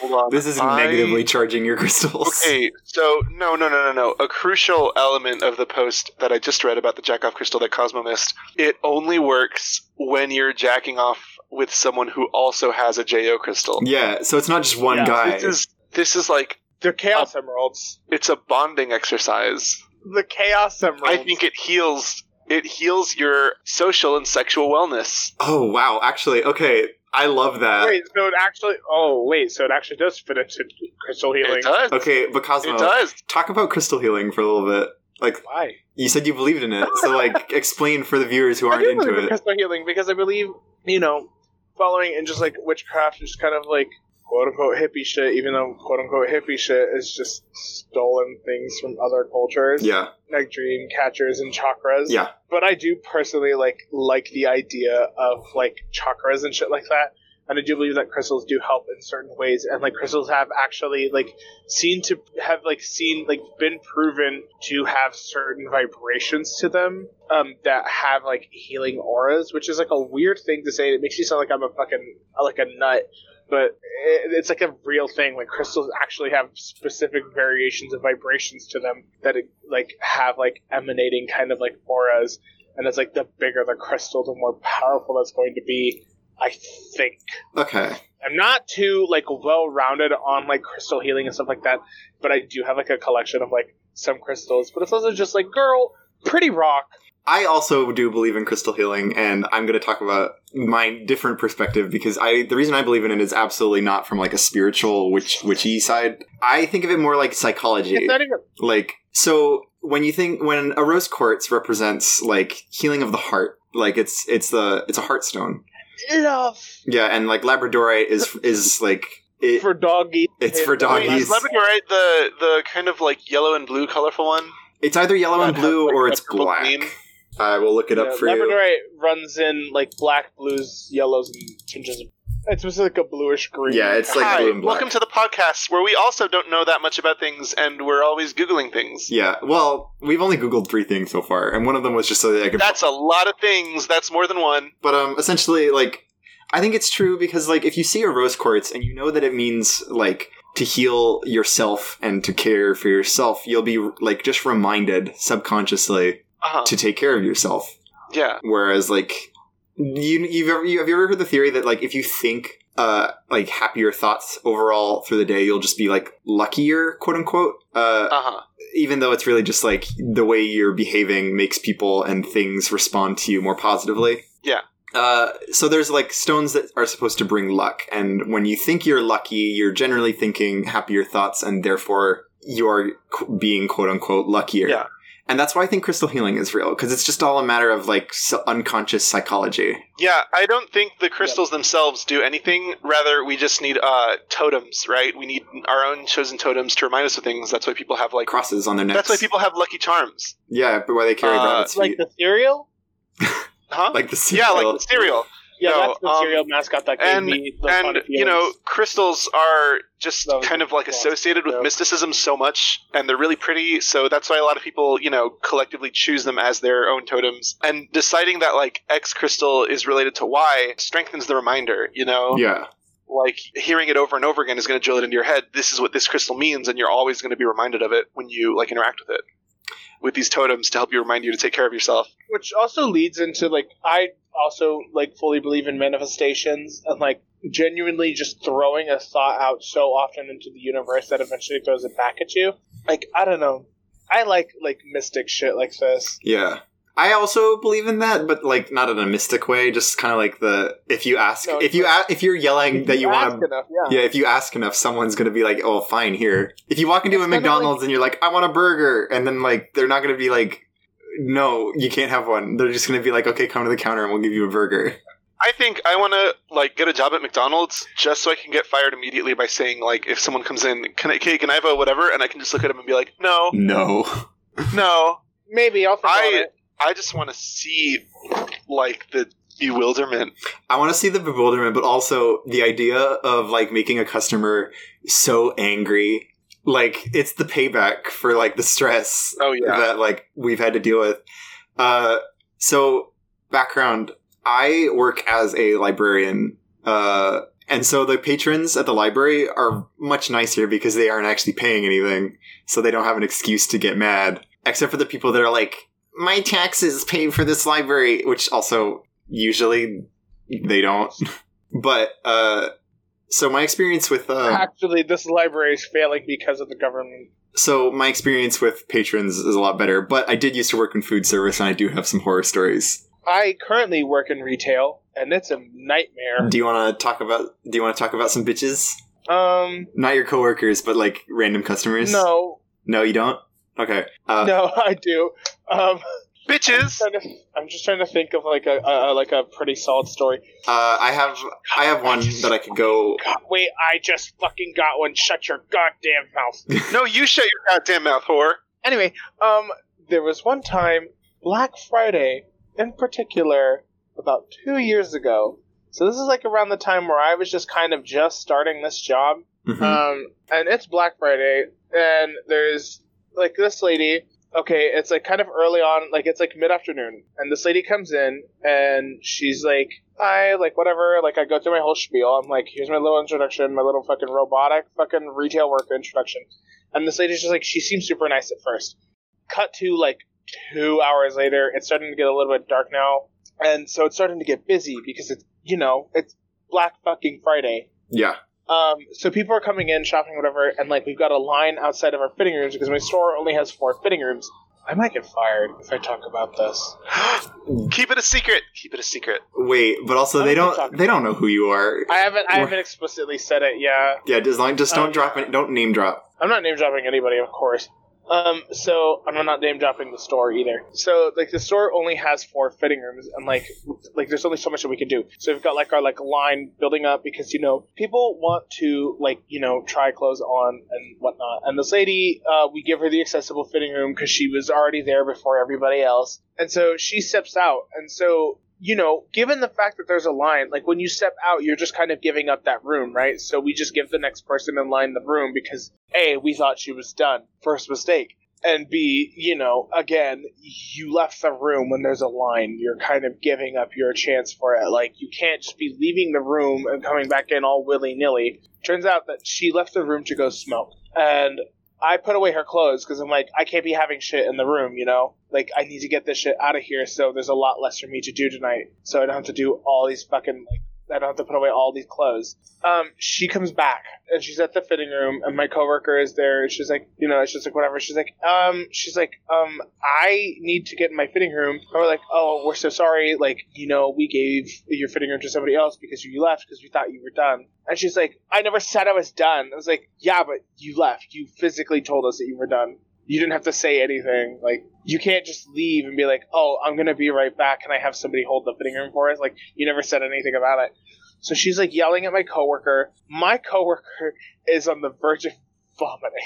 S2: hold on.
S1: this is
S2: I-
S1: negatively charging your crystals.
S2: Okay, so no, no, no, no, no. A crucial element of the post that I just read about the jack off crystal that Cosmo missed. It only works when you're jacking off with someone who also has a JO crystal.
S1: Yeah, so it's not just one
S3: Yeah,
S1: guy.
S2: This is this is like
S3: They're chaos
S2: Uh,
S3: emeralds.
S2: it's a bonding exercise.
S3: the chaos emeralds.
S2: I think it heals it heals your social and sexual wellness.
S1: oh wow, actually, okay, I love that.
S3: Wait, so it actually? Oh, wait, so it actually does fit into crystal healing.
S2: It does.
S1: Okay, but
S2: It
S1: Cosmo,
S2: does.
S1: talk about crystal healing for a little bit. Like
S3: Why?
S1: you said, you believed in it, so like explain for the viewers who
S3: I
S1: aren't
S3: do believe
S1: into
S3: in
S1: it.
S3: crystal healing because I believe you know, following and just like witchcraft is kind of like quote unquote hippie shit, even though quote unquote hippie shit is just stolen things from other cultures,
S1: Yeah,
S3: like dream catchers and chakras.
S1: yeah,
S3: but I do personally like like the idea of like chakras and shit like that. And I do believe that crystals do help in certain ways, and like crystals have actually like seen to have like seen like been proven to have certain vibrations to them um, that have like healing auras, which is like a weird thing to say. It makes you sound like I'm a fucking like a nut, but it, it's like a real thing. Like crystals actually have specific variations of vibrations to them that it, like have like emanating kind of like auras, and it's like the bigger the crystal, the more powerful that's going to be. I think
S1: okay.
S3: I'm not too like well rounded on like crystal healing and stuff like that, but I do have like a collection of like some crystals. But it's also just like girl, pretty rock.
S1: I also do believe in crystal healing, and I'm going to talk about my different perspective because I the reason I believe in it is absolutely not from like a spiritual witch witchy side. I think of it more like psychology.
S3: It's not even
S1: like so when you think when a rose quartz represents like healing of the heart like it's it's the it's a heart stone
S3: love
S1: yeah and like labradorite is is like it,
S3: for doggy.
S1: It's for
S2: Wait,
S1: doggies.
S2: is Labradorite the the kind of like yellow and blue colorful one?
S1: it's either yellow and
S3: That has,
S1: blue
S3: like,
S1: or it's
S2: purple
S1: black
S2: gleam.
S1: i will look it up
S3: Yeah,
S1: for you
S3: Labradorite runs in like black, blues, yellows, and tinges. of- It's supposed to like a bluish green.
S1: Yeah, it's like
S2: Hi,
S1: blue and black.
S2: welcome to the podcast where we also don't know that much about things and we're always googling things.
S1: yeah well we've only googled three things so far and one of them was just so that i could
S2: That's a lot of things. That's more than one.
S1: but um essentially like I think it's true because like if you see a rose quartz and you know that it means like to heal yourself and to care for yourself, you'll be like just reminded subconsciously
S2: Uh-huh.
S1: to take care of yourself.
S2: Yeah.
S1: Whereas like you you've ever, you have you ever heard the theory that like if you think uh like happier thoughts overall through the day, you'll just be like luckier, quote unquote. Uh,
S2: Uh huh.
S1: even though it's really just like the way you're behaving makes people and things respond to you more positively.
S2: Yeah.
S1: Uh, so there's like stones that are supposed to bring luck, and when you think you're lucky, you're generally thinking happier thoughts, and therefore you're qu- being quote unquote luckier.
S2: Yeah.
S1: And that's why I think crystal healing is real because it's just all a matter of like s unconscious psychology.
S2: Yeah, I don't think the crystals themselves do anything. Rather, we just need uh, totems, right? We need our own chosen totems to remind us of things. That's why people have like
S1: Crosses on their necks.
S2: that's why people have lucky charms,
S1: Yeah, but why they carry
S2: Uh,
S1: rabbits
S3: like
S1: feet,
S3: the cereal.
S2: huh?
S1: like the sea
S2: yeah,
S1: turtle.
S2: like the cereal.
S3: Yeah,
S2: No,
S3: that's the
S2: um,
S3: cereal mascot that gave
S2: and-
S3: me the funny
S2: and you know
S3: feelings.
S2: crystals are just
S3: That was
S2: kind
S3: a
S2: of like
S3: good
S2: associated with
S3: joke.
S2: mysticism so much and they're really pretty so that's why a lot of people you know collectively choose them as their own totems and deciding that like x crystal is related to y strengthens the reminder you know
S1: Yeah.
S2: like hearing it over and over again is going to drill it into your head this is what this crystal means and you're always going to be reminded of it when you like interact with it with these totems to help you remind you to take care of yourself
S3: which also leads into like I also like fully believe in manifestations and like genuinely just throwing a thought out so often into the universe that eventually throws it back at you. Like I don't know. I like like mystic shit like this.
S1: Yeah. I also believe in that, but like not in a mystic way. Just kind of like the if you ask,
S3: No,
S1: if you a, if you're yelling
S3: If
S1: that you
S3: ask
S1: want to,
S3: enough, yeah.
S1: yeah, if you ask enough, someone's gonna be like, oh, fine, here. If you walk into
S3: It's
S1: a
S3: kinda
S1: McDonald's and you're like, I want a burger, and then like they're not gonna be like, no, you can't have one. They're just gonna be like, okay, come to the counter and we'll give you a burger.
S2: I think I want to like get a job at McDonald's just so I can get fired immediately by saying like if someone comes in, can I, can, can I have a whatever? And I can just look at him and be like, no,
S1: No.
S2: no.
S3: Maybe I'll forget
S2: I-
S3: it.
S2: I just want to see like the bewilderment.
S1: I want to see the bewilderment, but also the idea of like making a customer so angry. Like it's the payback for like the stress
S2: Oh yeah,
S1: that like we've had to deal with. Uh, so background: I work as a librarian, uh, and so the patrons at the library are much nicer because they aren't actually paying anything, so they don't have an excuse to get mad. Except for the people that are like, "My taxes pay for this library," which also usually they don't. but uh, so my experience with uh,
S3: Actually, this library is failing because of the government.
S1: so my experience with patrons is a lot better, but I did used to work in food service and I do have some horror stories.
S3: I currently work in retail, and it's a nightmare.
S1: Do you want to talk about do you want to talk about some bitches?
S3: Um,
S1: Not your coworkers, but like random customers?
S3: no,
S1: No, you don't? Okay. Uh,
S3: no, I do. Um,
S2: bitches.
S3: trying to- I'm just trying to think of like a, a a- like a pretty solid story.
S1: uh I have I have one that I could go
S3: God, wait, I just fucking got one. Shut your goddamn mouth.
S2: No, you shut your goddamn mouth, whore.
S3: Anyway, um, there was one time Black Friday in particular about two years ago. So this is like around the time where I was just kind of just starting this job.
S1: Mhm.
S3: Um, and it's Black Friday, and there's like this lady. Okay, it's like kind of early on, like it's like mid afternoon, and this lady comes in and she's like, "Hi, like whatever." Like I go through my whole spiel. I'm like, "Here's my little introduction, my little fucking robotic fucking retail worker introduction," and this lady's just like, she seems super nice at first. Cut to like two hours later, it's starting to get a little bit dark now, and so it's starting to get busy because it's you know it's Black fucking Friday,
S1: Yeah.
S3: um, so people are coming in, shopping, whatever, and like we've got a line outside of our fitting rooms because my store only has four fitting rooms. I might get fired if I talk about this.
S2: Keep it a secret. Keep it a secret.
S1: Wait, but also
S3: I
S1: they
S3: don't
S1: don't
S3: talk.
S1: they don't know who you are.
S3: I haven't, I
S1: Or-
S3: haven't explicitly said it. Yeah,
S1: Yeah, just like just don't
S3: Um,
S1: drop it don't name drop.
S3: I'm not name dropping anybody, of course. Um, so I'm not name dropping the store either. So like the store only has four fitting rooms, and like like there's only so much that we can do. So we've got like our like line building up because you know people want to like you know try clothes on and whatnot. And this lady, uh, we give her the accessible fitting room because she was already there before everybody else, and so she steps out, and so. You know, given the fact that there's a line, like when you step out, you're just kind of giving up that room, right? So we just give the next person in line the room because a, we thought she was done. First mistake. and B, you know, again, you left the room when there's a line. You're kind of giving up your chance for it. Like, you can't just be leaving the room and coming back in all willy nilly. Turns out that she left the room to go smoke. And I put away her clothes because I'm like, I can't be having shit in the room, you know? Like, I need to get this shit out of here so there's a lot less for me to do tonight. So I don't have to do all these fucking, like, I don't have to put away all these clothes. Um, she comes back and she's at the fitting room and my coworker is there. She's like, you know, she's like, whatever. She's like, um, she's like, um, I need to get in my fitting room. And we're like, oh, we're so sorry. Like, you know, we gave your fitting room to somebody else because you left because we thought you were done. And she's like, I never said I was done. I was like, yeah, but you left. You physically told us that you were done. You didn't have to say anything. Like, you can't just leave and be like, oh, I'm going to be right back. Can I have somebody hold the fitting room for us? Like, you never said anything about it. So she's like yelling at my coworker. My coworker is on the verge of vomiting.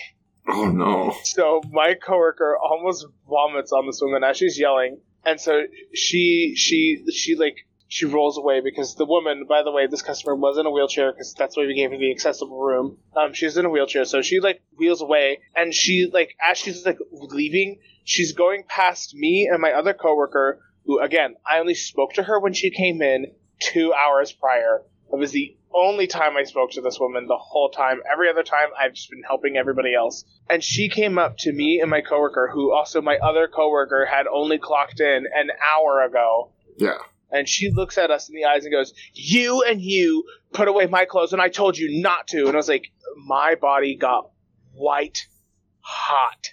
S1: Oh no.
S3: So my coworker almost vomits on this woman as she's yelling, and so she she she like she rolls away because the woman, by the way, this customer was in a wheelchair because that's why we gave her the accessible room. Um, she's in a wheelchair, so she like wheels away, and she like as she's like leaving, she's going past me and my other coworker, who again I only spoke to her when she came in two hours prior. It was the only time I spoke to this woman the whole time. Every other time, I've just been helping everybody else. And she came up to me and my coworker, who also my other coworker had only clocked in an hour ago.
S1: Yeah.
S3: And she looks at us in the eyes and goes, "You and you put away my clothes, and I told you not to." And I was like, my body got white hot.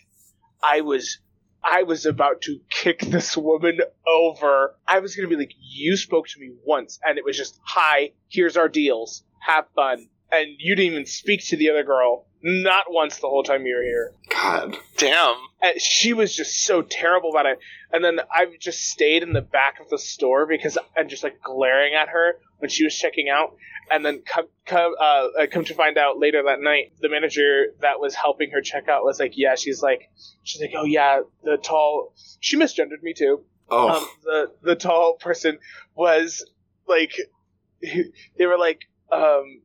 S3: I was I was about to kick this woman over. I was going to be like, you spoke to me once, and it was just, hi, here's our deals. Have fun. And you didn't even speak to the other girl, not once the whole time you were here.
S1: God.
S2: Damn.
S3: And she was just so terrible about it. And then I just stayed in the back of the store because and just like glaring at her when she was checking out. And then come come uh, uh, come to find out later that night, the manager that was helping her check out was like, "Yeah, she's like, she's like, oh yeah, the tall. She misgendered me too.
S1: Oh.
S3: Um, the the tall person was like, they were like, um,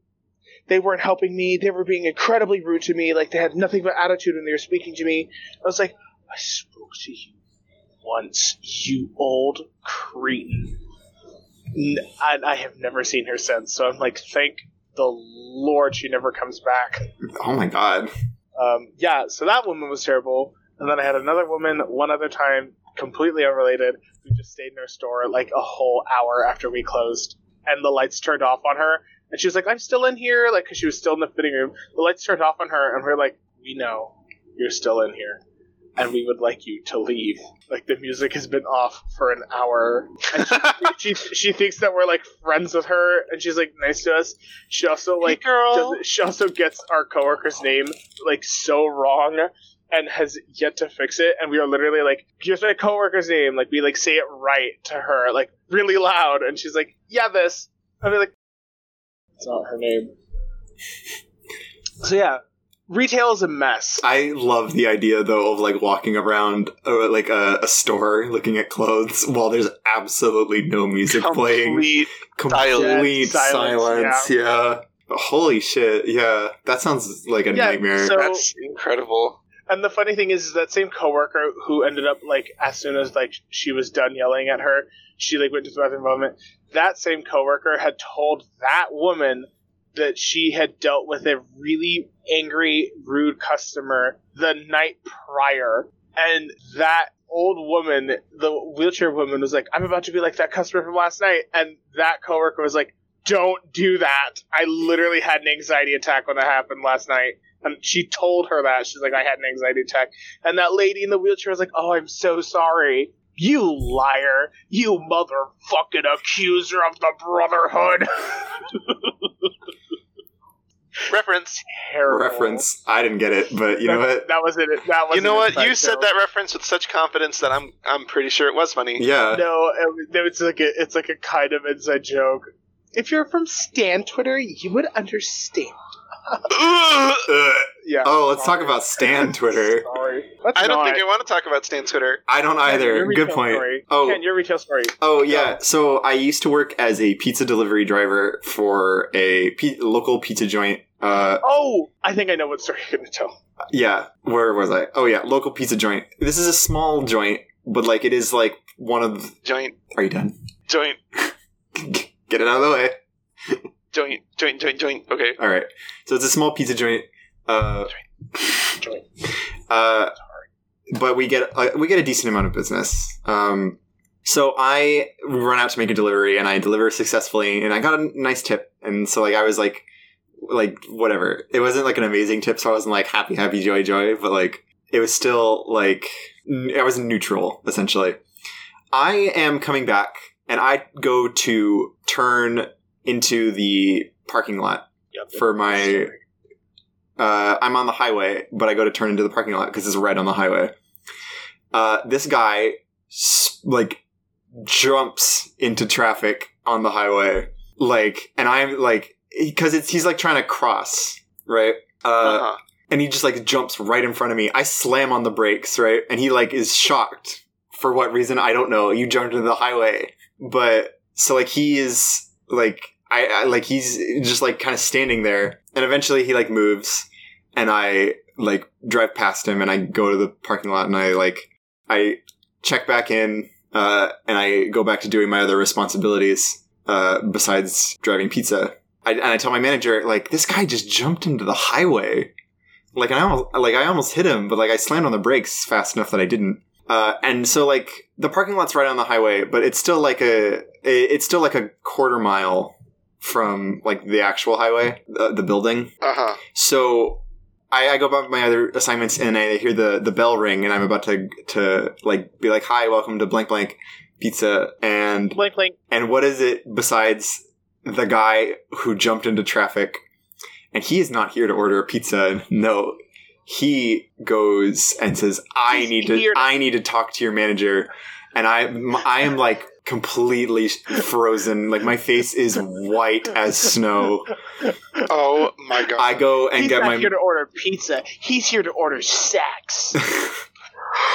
S3: they weren't helping me. They were being incredibly rude to me. Like they had nothing but attitude when they were speaking to me. I was like, I spoke to you once, you old cretin. N- And I have never seen her since. So I'm like, thank the Lord she never comes back.
S1: oh my god.
S3: Um, yeah, so that woman was terrible. And then I had another woman one other time, completely unrelated, who just stayed in her store like a whole hour after we closed. And the lights turned off on her. And she was like, I'm still in here, like, because she was still in the fitting room. The lights turned off on her, and we are like, We know you're still in here. And we would like you to leave. Like, the music has been off for an hour. And she, she, she thinks that we're, like, friends with her, and she's, like, nice to us. She also, like,
S2: girl.
S3: does- she also gets our coworker's name like so wrong and has yet to fix it and we are literally like here's my coworker's name like we like say it right to her like really loud and she's like yeah this and we're like it's not her name so yeah retail is a mess
S1: I love the idea though of like walking around uh, like a, a store looking at clothes while there's absolutely no music playing.
S2: Complete-
S1: Complete
S3: Silence.
S1: silence.
S3: Silence,
S1: Yeah. Holy shit. Yeah. That sounds like a
S3: Yeah,
S1: nightmare.
S3: so-
S2: That's incredible.
S3: And the funny thing is, is that same coworker who ended up like as soon as like she was done yelling at her, she like went to the bathroom moment. That same coworker had told that woman that she had dealt with a really angry, rude customer the night prior, and that old woman, the wheelchair woman, was like, "I'm about to be like that customer from last night," and that coworker was like. Don't do that. I literally had an anxiety attack when that happened last night. And Um, she told her that. She's like, I had an anxiety attack. And that lady in the wheelchair was like, Oh, I'm so sorry. You liar. You motherfucking accuser of the Brotherhood.
S2: Reference.
S3: Terrible.
S1: Reference. I didn't get it, but you know
S3: That-
S1: what?
S3: That was it. That was
S2: You know what? You said that reference with such confidence that I'm I'm pretty sure it was funny.
S1: Yeah.
S3: No, it- no, it's like a, it's like a kind of inside joke. If you're from Stan Twitter, you would understand.
S2: Ugh.
S1: Ugh.
S3: Yeah.
S1: Oh, let's talk about Stan Twitter.
S3: Sorry. Let's
S2: I don't
S3: not.
S2: think I want to talk about Stan Twitter.
S1: I don't
S3: Ken, your
S1: either.
S3: retail
S1: Good point.
S3: Story.
S1: Oh,
S3: Ken, your retail story.
S1: Oh yeah, so I used to work as a pizza delivery driver for a pi- local pizza joint. Uh,
S3: Oh, I think I know what story you're going to tell.
S1: yeah, where was I? Oh yeah, local pizza joint. This is a small joint, but like it is like one of. The,
S2: Joint,
S1: are you done?
S2: joint,
S1: Get it out of the way.
S2: joint, joint, joint, joint. Okay.
S1: All right. So it's a small pizza joint. Uh,
S3: Joint.
S1: uh, but we get uh, we get a decent amount of business. Um, so I run out to make a delivery, and I deliver successfully, and I got a nice tip. And so like I was like, like whatever. It wasn't like an amazing tip, so I wasn't like happy, happy, joy, joy. But like it was still like n- I was neutral essentially. I am coming back, and I go to turn into the parking lot
S3: Yep.
S1: for my uh, I'm on the highway, but I go to turn into the parking lot because it's red on the highway. Uh, this guy s- like jumps into traffic on the highway, like, and I'm like, because it's he's like trying to cross, right? Uh,
S2: Uh-huh.
S1: And he just like jumps right in front of me. I slam on the brakes, right? And he like is shocked for what reason I don't know. You jumped into the highway, but so like he is like I, I like he's just like kind of standing there, and eventually he like moves, and I like drive past him, and I go to the parking lot, and I like I check back in, uh, and I go back to doing my other responsibilities uh, besides driving pizza. I, and I tell my manager like this guy just jumped into the highway, like and I almost like I almost hit him, but like I slammed on the brakes fast enough that I didn't. Uh, and so like the parking lot's right on the highway, but it's still like a it- it's still like a quarter mile from like the actual highway, the, the building.
S2: Uh huh.
S1: So I, I go about my other assignments and I hear the the bell ring and I'm about to to like be like hi welcome to blank blank pizza and
S3: Blank, blank.
S1: and what is it besides the guy who jumped into traffic? And he is not here to order a pizza. No, he goes and says, "I
S3: He's
S1: need to,
S3: here to-
S1: I need to talk to your manager." And I, m- I am like completely frozen. Like my face is white as snow.
S2: Oh my god.
S1: I go and
S3: He's
S1: get
S3: not
S1: my
S3: here to order pizza. He's here to order sex.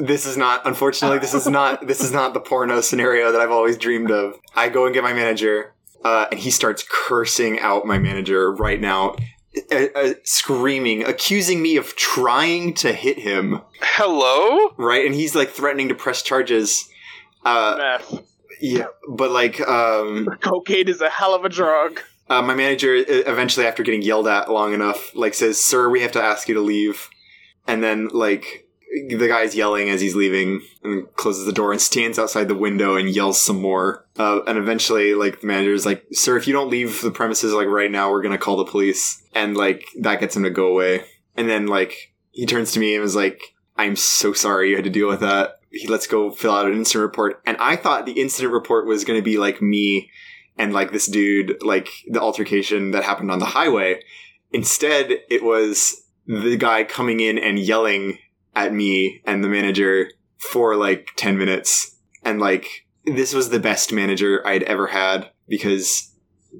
S1: this is not unfortunately this is not this is not the porno scenario that i've always dreamed of i go and get my manager uh, and he starts cursing out my manager right now uh, uh, screaming accusing me of trying to hit him
S2: Hello.
S1: right and he's like threatening to press charges uh,
S3: Meth.
S1: yeah but like um,
S3: Cocaine is a hell of a drug.
S1: uh, my manager e- eventually after getting yelled at long enough like says sir we have to ask you to leave and then like the guy's yelling as he's leaving and closes the door and stands outside the window and yells some more uh, and eventually like the manager's like sir if you don't leave the premises like right now we're gonna call the police and like that gets him to go away and then like he turns to me and was like i'm so sorry you had to deal with that he let's go fill out an incident report and i thought the incident report was gonna be like me and like this dude, like the altercation that happened on the highway. Instead, it was the guy coming in and yelling at me and the manager for like 10 minutes. And like, this was the best manager I'd ever had because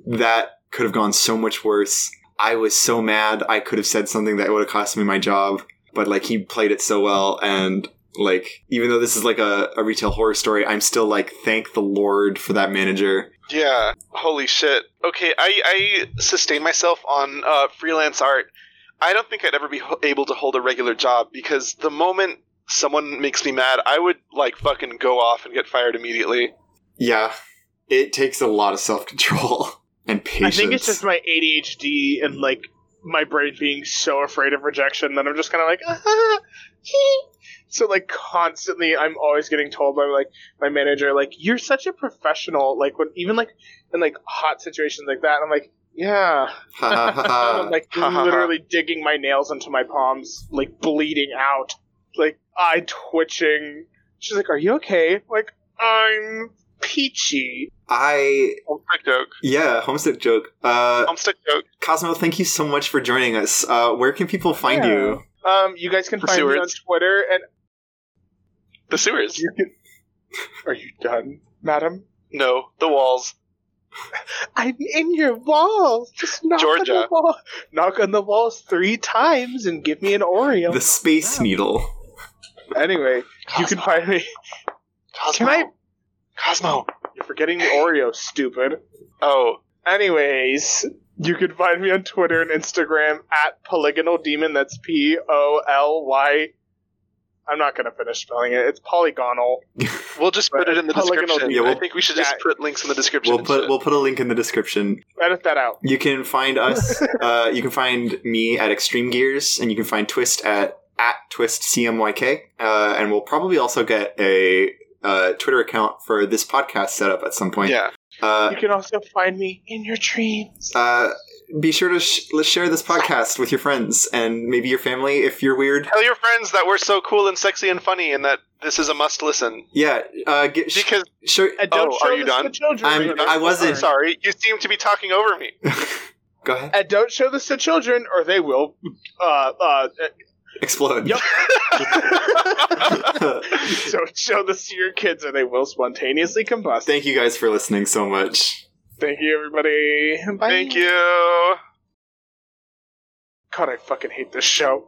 S1: that could have gone so much worse. I was so mad. I could have said something that would have cost me my job, but like, he played it so well. And like, even though this is like a, a retail horror story, I'm still like, thank the Lord for that manager.
S2: Yeah. Holy shit. Okay, I, I sustain myself on uh, freelance art. I don't think I'd ever be ho- able to hold a regular job because the moment someone makes me mad, I would like fucking go off and get fired immediately.
S1: Yeah, it takes a lot of self control and
S3: I
S1: patience.
S3: think it's just my ADHD and like my brain being so afraid of rejection that I'm just kind of like, ah, hee." so like constantly, I'm always getting told by like my manager, like you're such a professional. Like when even like in like hot situations like that, I'm like, yeah,
S1: Ha, ha, ha, ha.
S3: I'm like
S2: ha, ha, ha.
S3: literally digging my nails into my palms, like bleeding out, like eye twitching. She's like, "Are you okay?" Like I'm peachy.
S1: I
S2: Homesick joke.
S1: yeah, homesick joke. Uh,
S2: Homesick joke.
S1: Cosmo, thank you so much for joining us. Uh, where can people find
S3: Yeah.
S1: you?
S3: Um, you guys can find me on
S2: Pursuers.
S3: Twitter and
S2: The sewers.
S3: You can... Are you done, madam?
S2: No, the walls.
S3: I'm in your walls. Just knock on
S2: Georgia.
S3: the wall. Knock on the walls three times and give me an Oreo.
S1: The Space Needle.
S3: Anyway, you can find me.
S2: Cosmo.
S3: Can
S2: Cosmo.
S3: You're forgetting the Oreo, stupid.
S2: Oh,
S3: Anyways, You can find me on Twitter and Instagram at Polygonal Demon. That's P O L Y. I'm not gonna finish spelling it. It's polygonal.
S2: We'll just put
S3: Right.
S2: it in the
S3: Polygonal
S2: description.
S1: Yeah, we'll-
S2: I think we should just
S3: Yeah.
S2: put links in the description.
S1: We'll
S2: and
S1: put
S2: shit.
S1: we'll put a link in the description.
S3: Edit that out.
S1: You can find us. uh, you can find me at Extreme Gears, and you can find Twist at at Twist CMYK. Uh, and we'll probably also get a uh, Twitter account for this podcast set up at some point.
S2: yeah.
S1: Uh,
S3: You can also find me in your dreams.
S1: uh, be sure to sh- let's share this podcast with your friends and maybe your family if you're weird.
S2: Tell your friends that we're so cool and sexy and funny, and that this is a must listen.
S1: Yeah, uh, get, sh-
S2: Because
S1: sure.
S3: And don't
S2: Oh,
S3: show
S2: are you
S3: this
S2: done?
S3: to children.
S1: I'm-
S3: either.
S1: I wasn't.
S3: Sorry.
S2: sorry, you seem to be talking over me.
S1: Go ahead.
S3: And don't show this to children, or they will. Uh, uh,
S1: Explode.
S3: Yup. don't show this to your kids, or they will spontaneously combust.
S1: Thank you guys for listening so much.
S3: Thank you, everybody. Bye.
S2: Thank you.
S3: God, I fucking hate this show.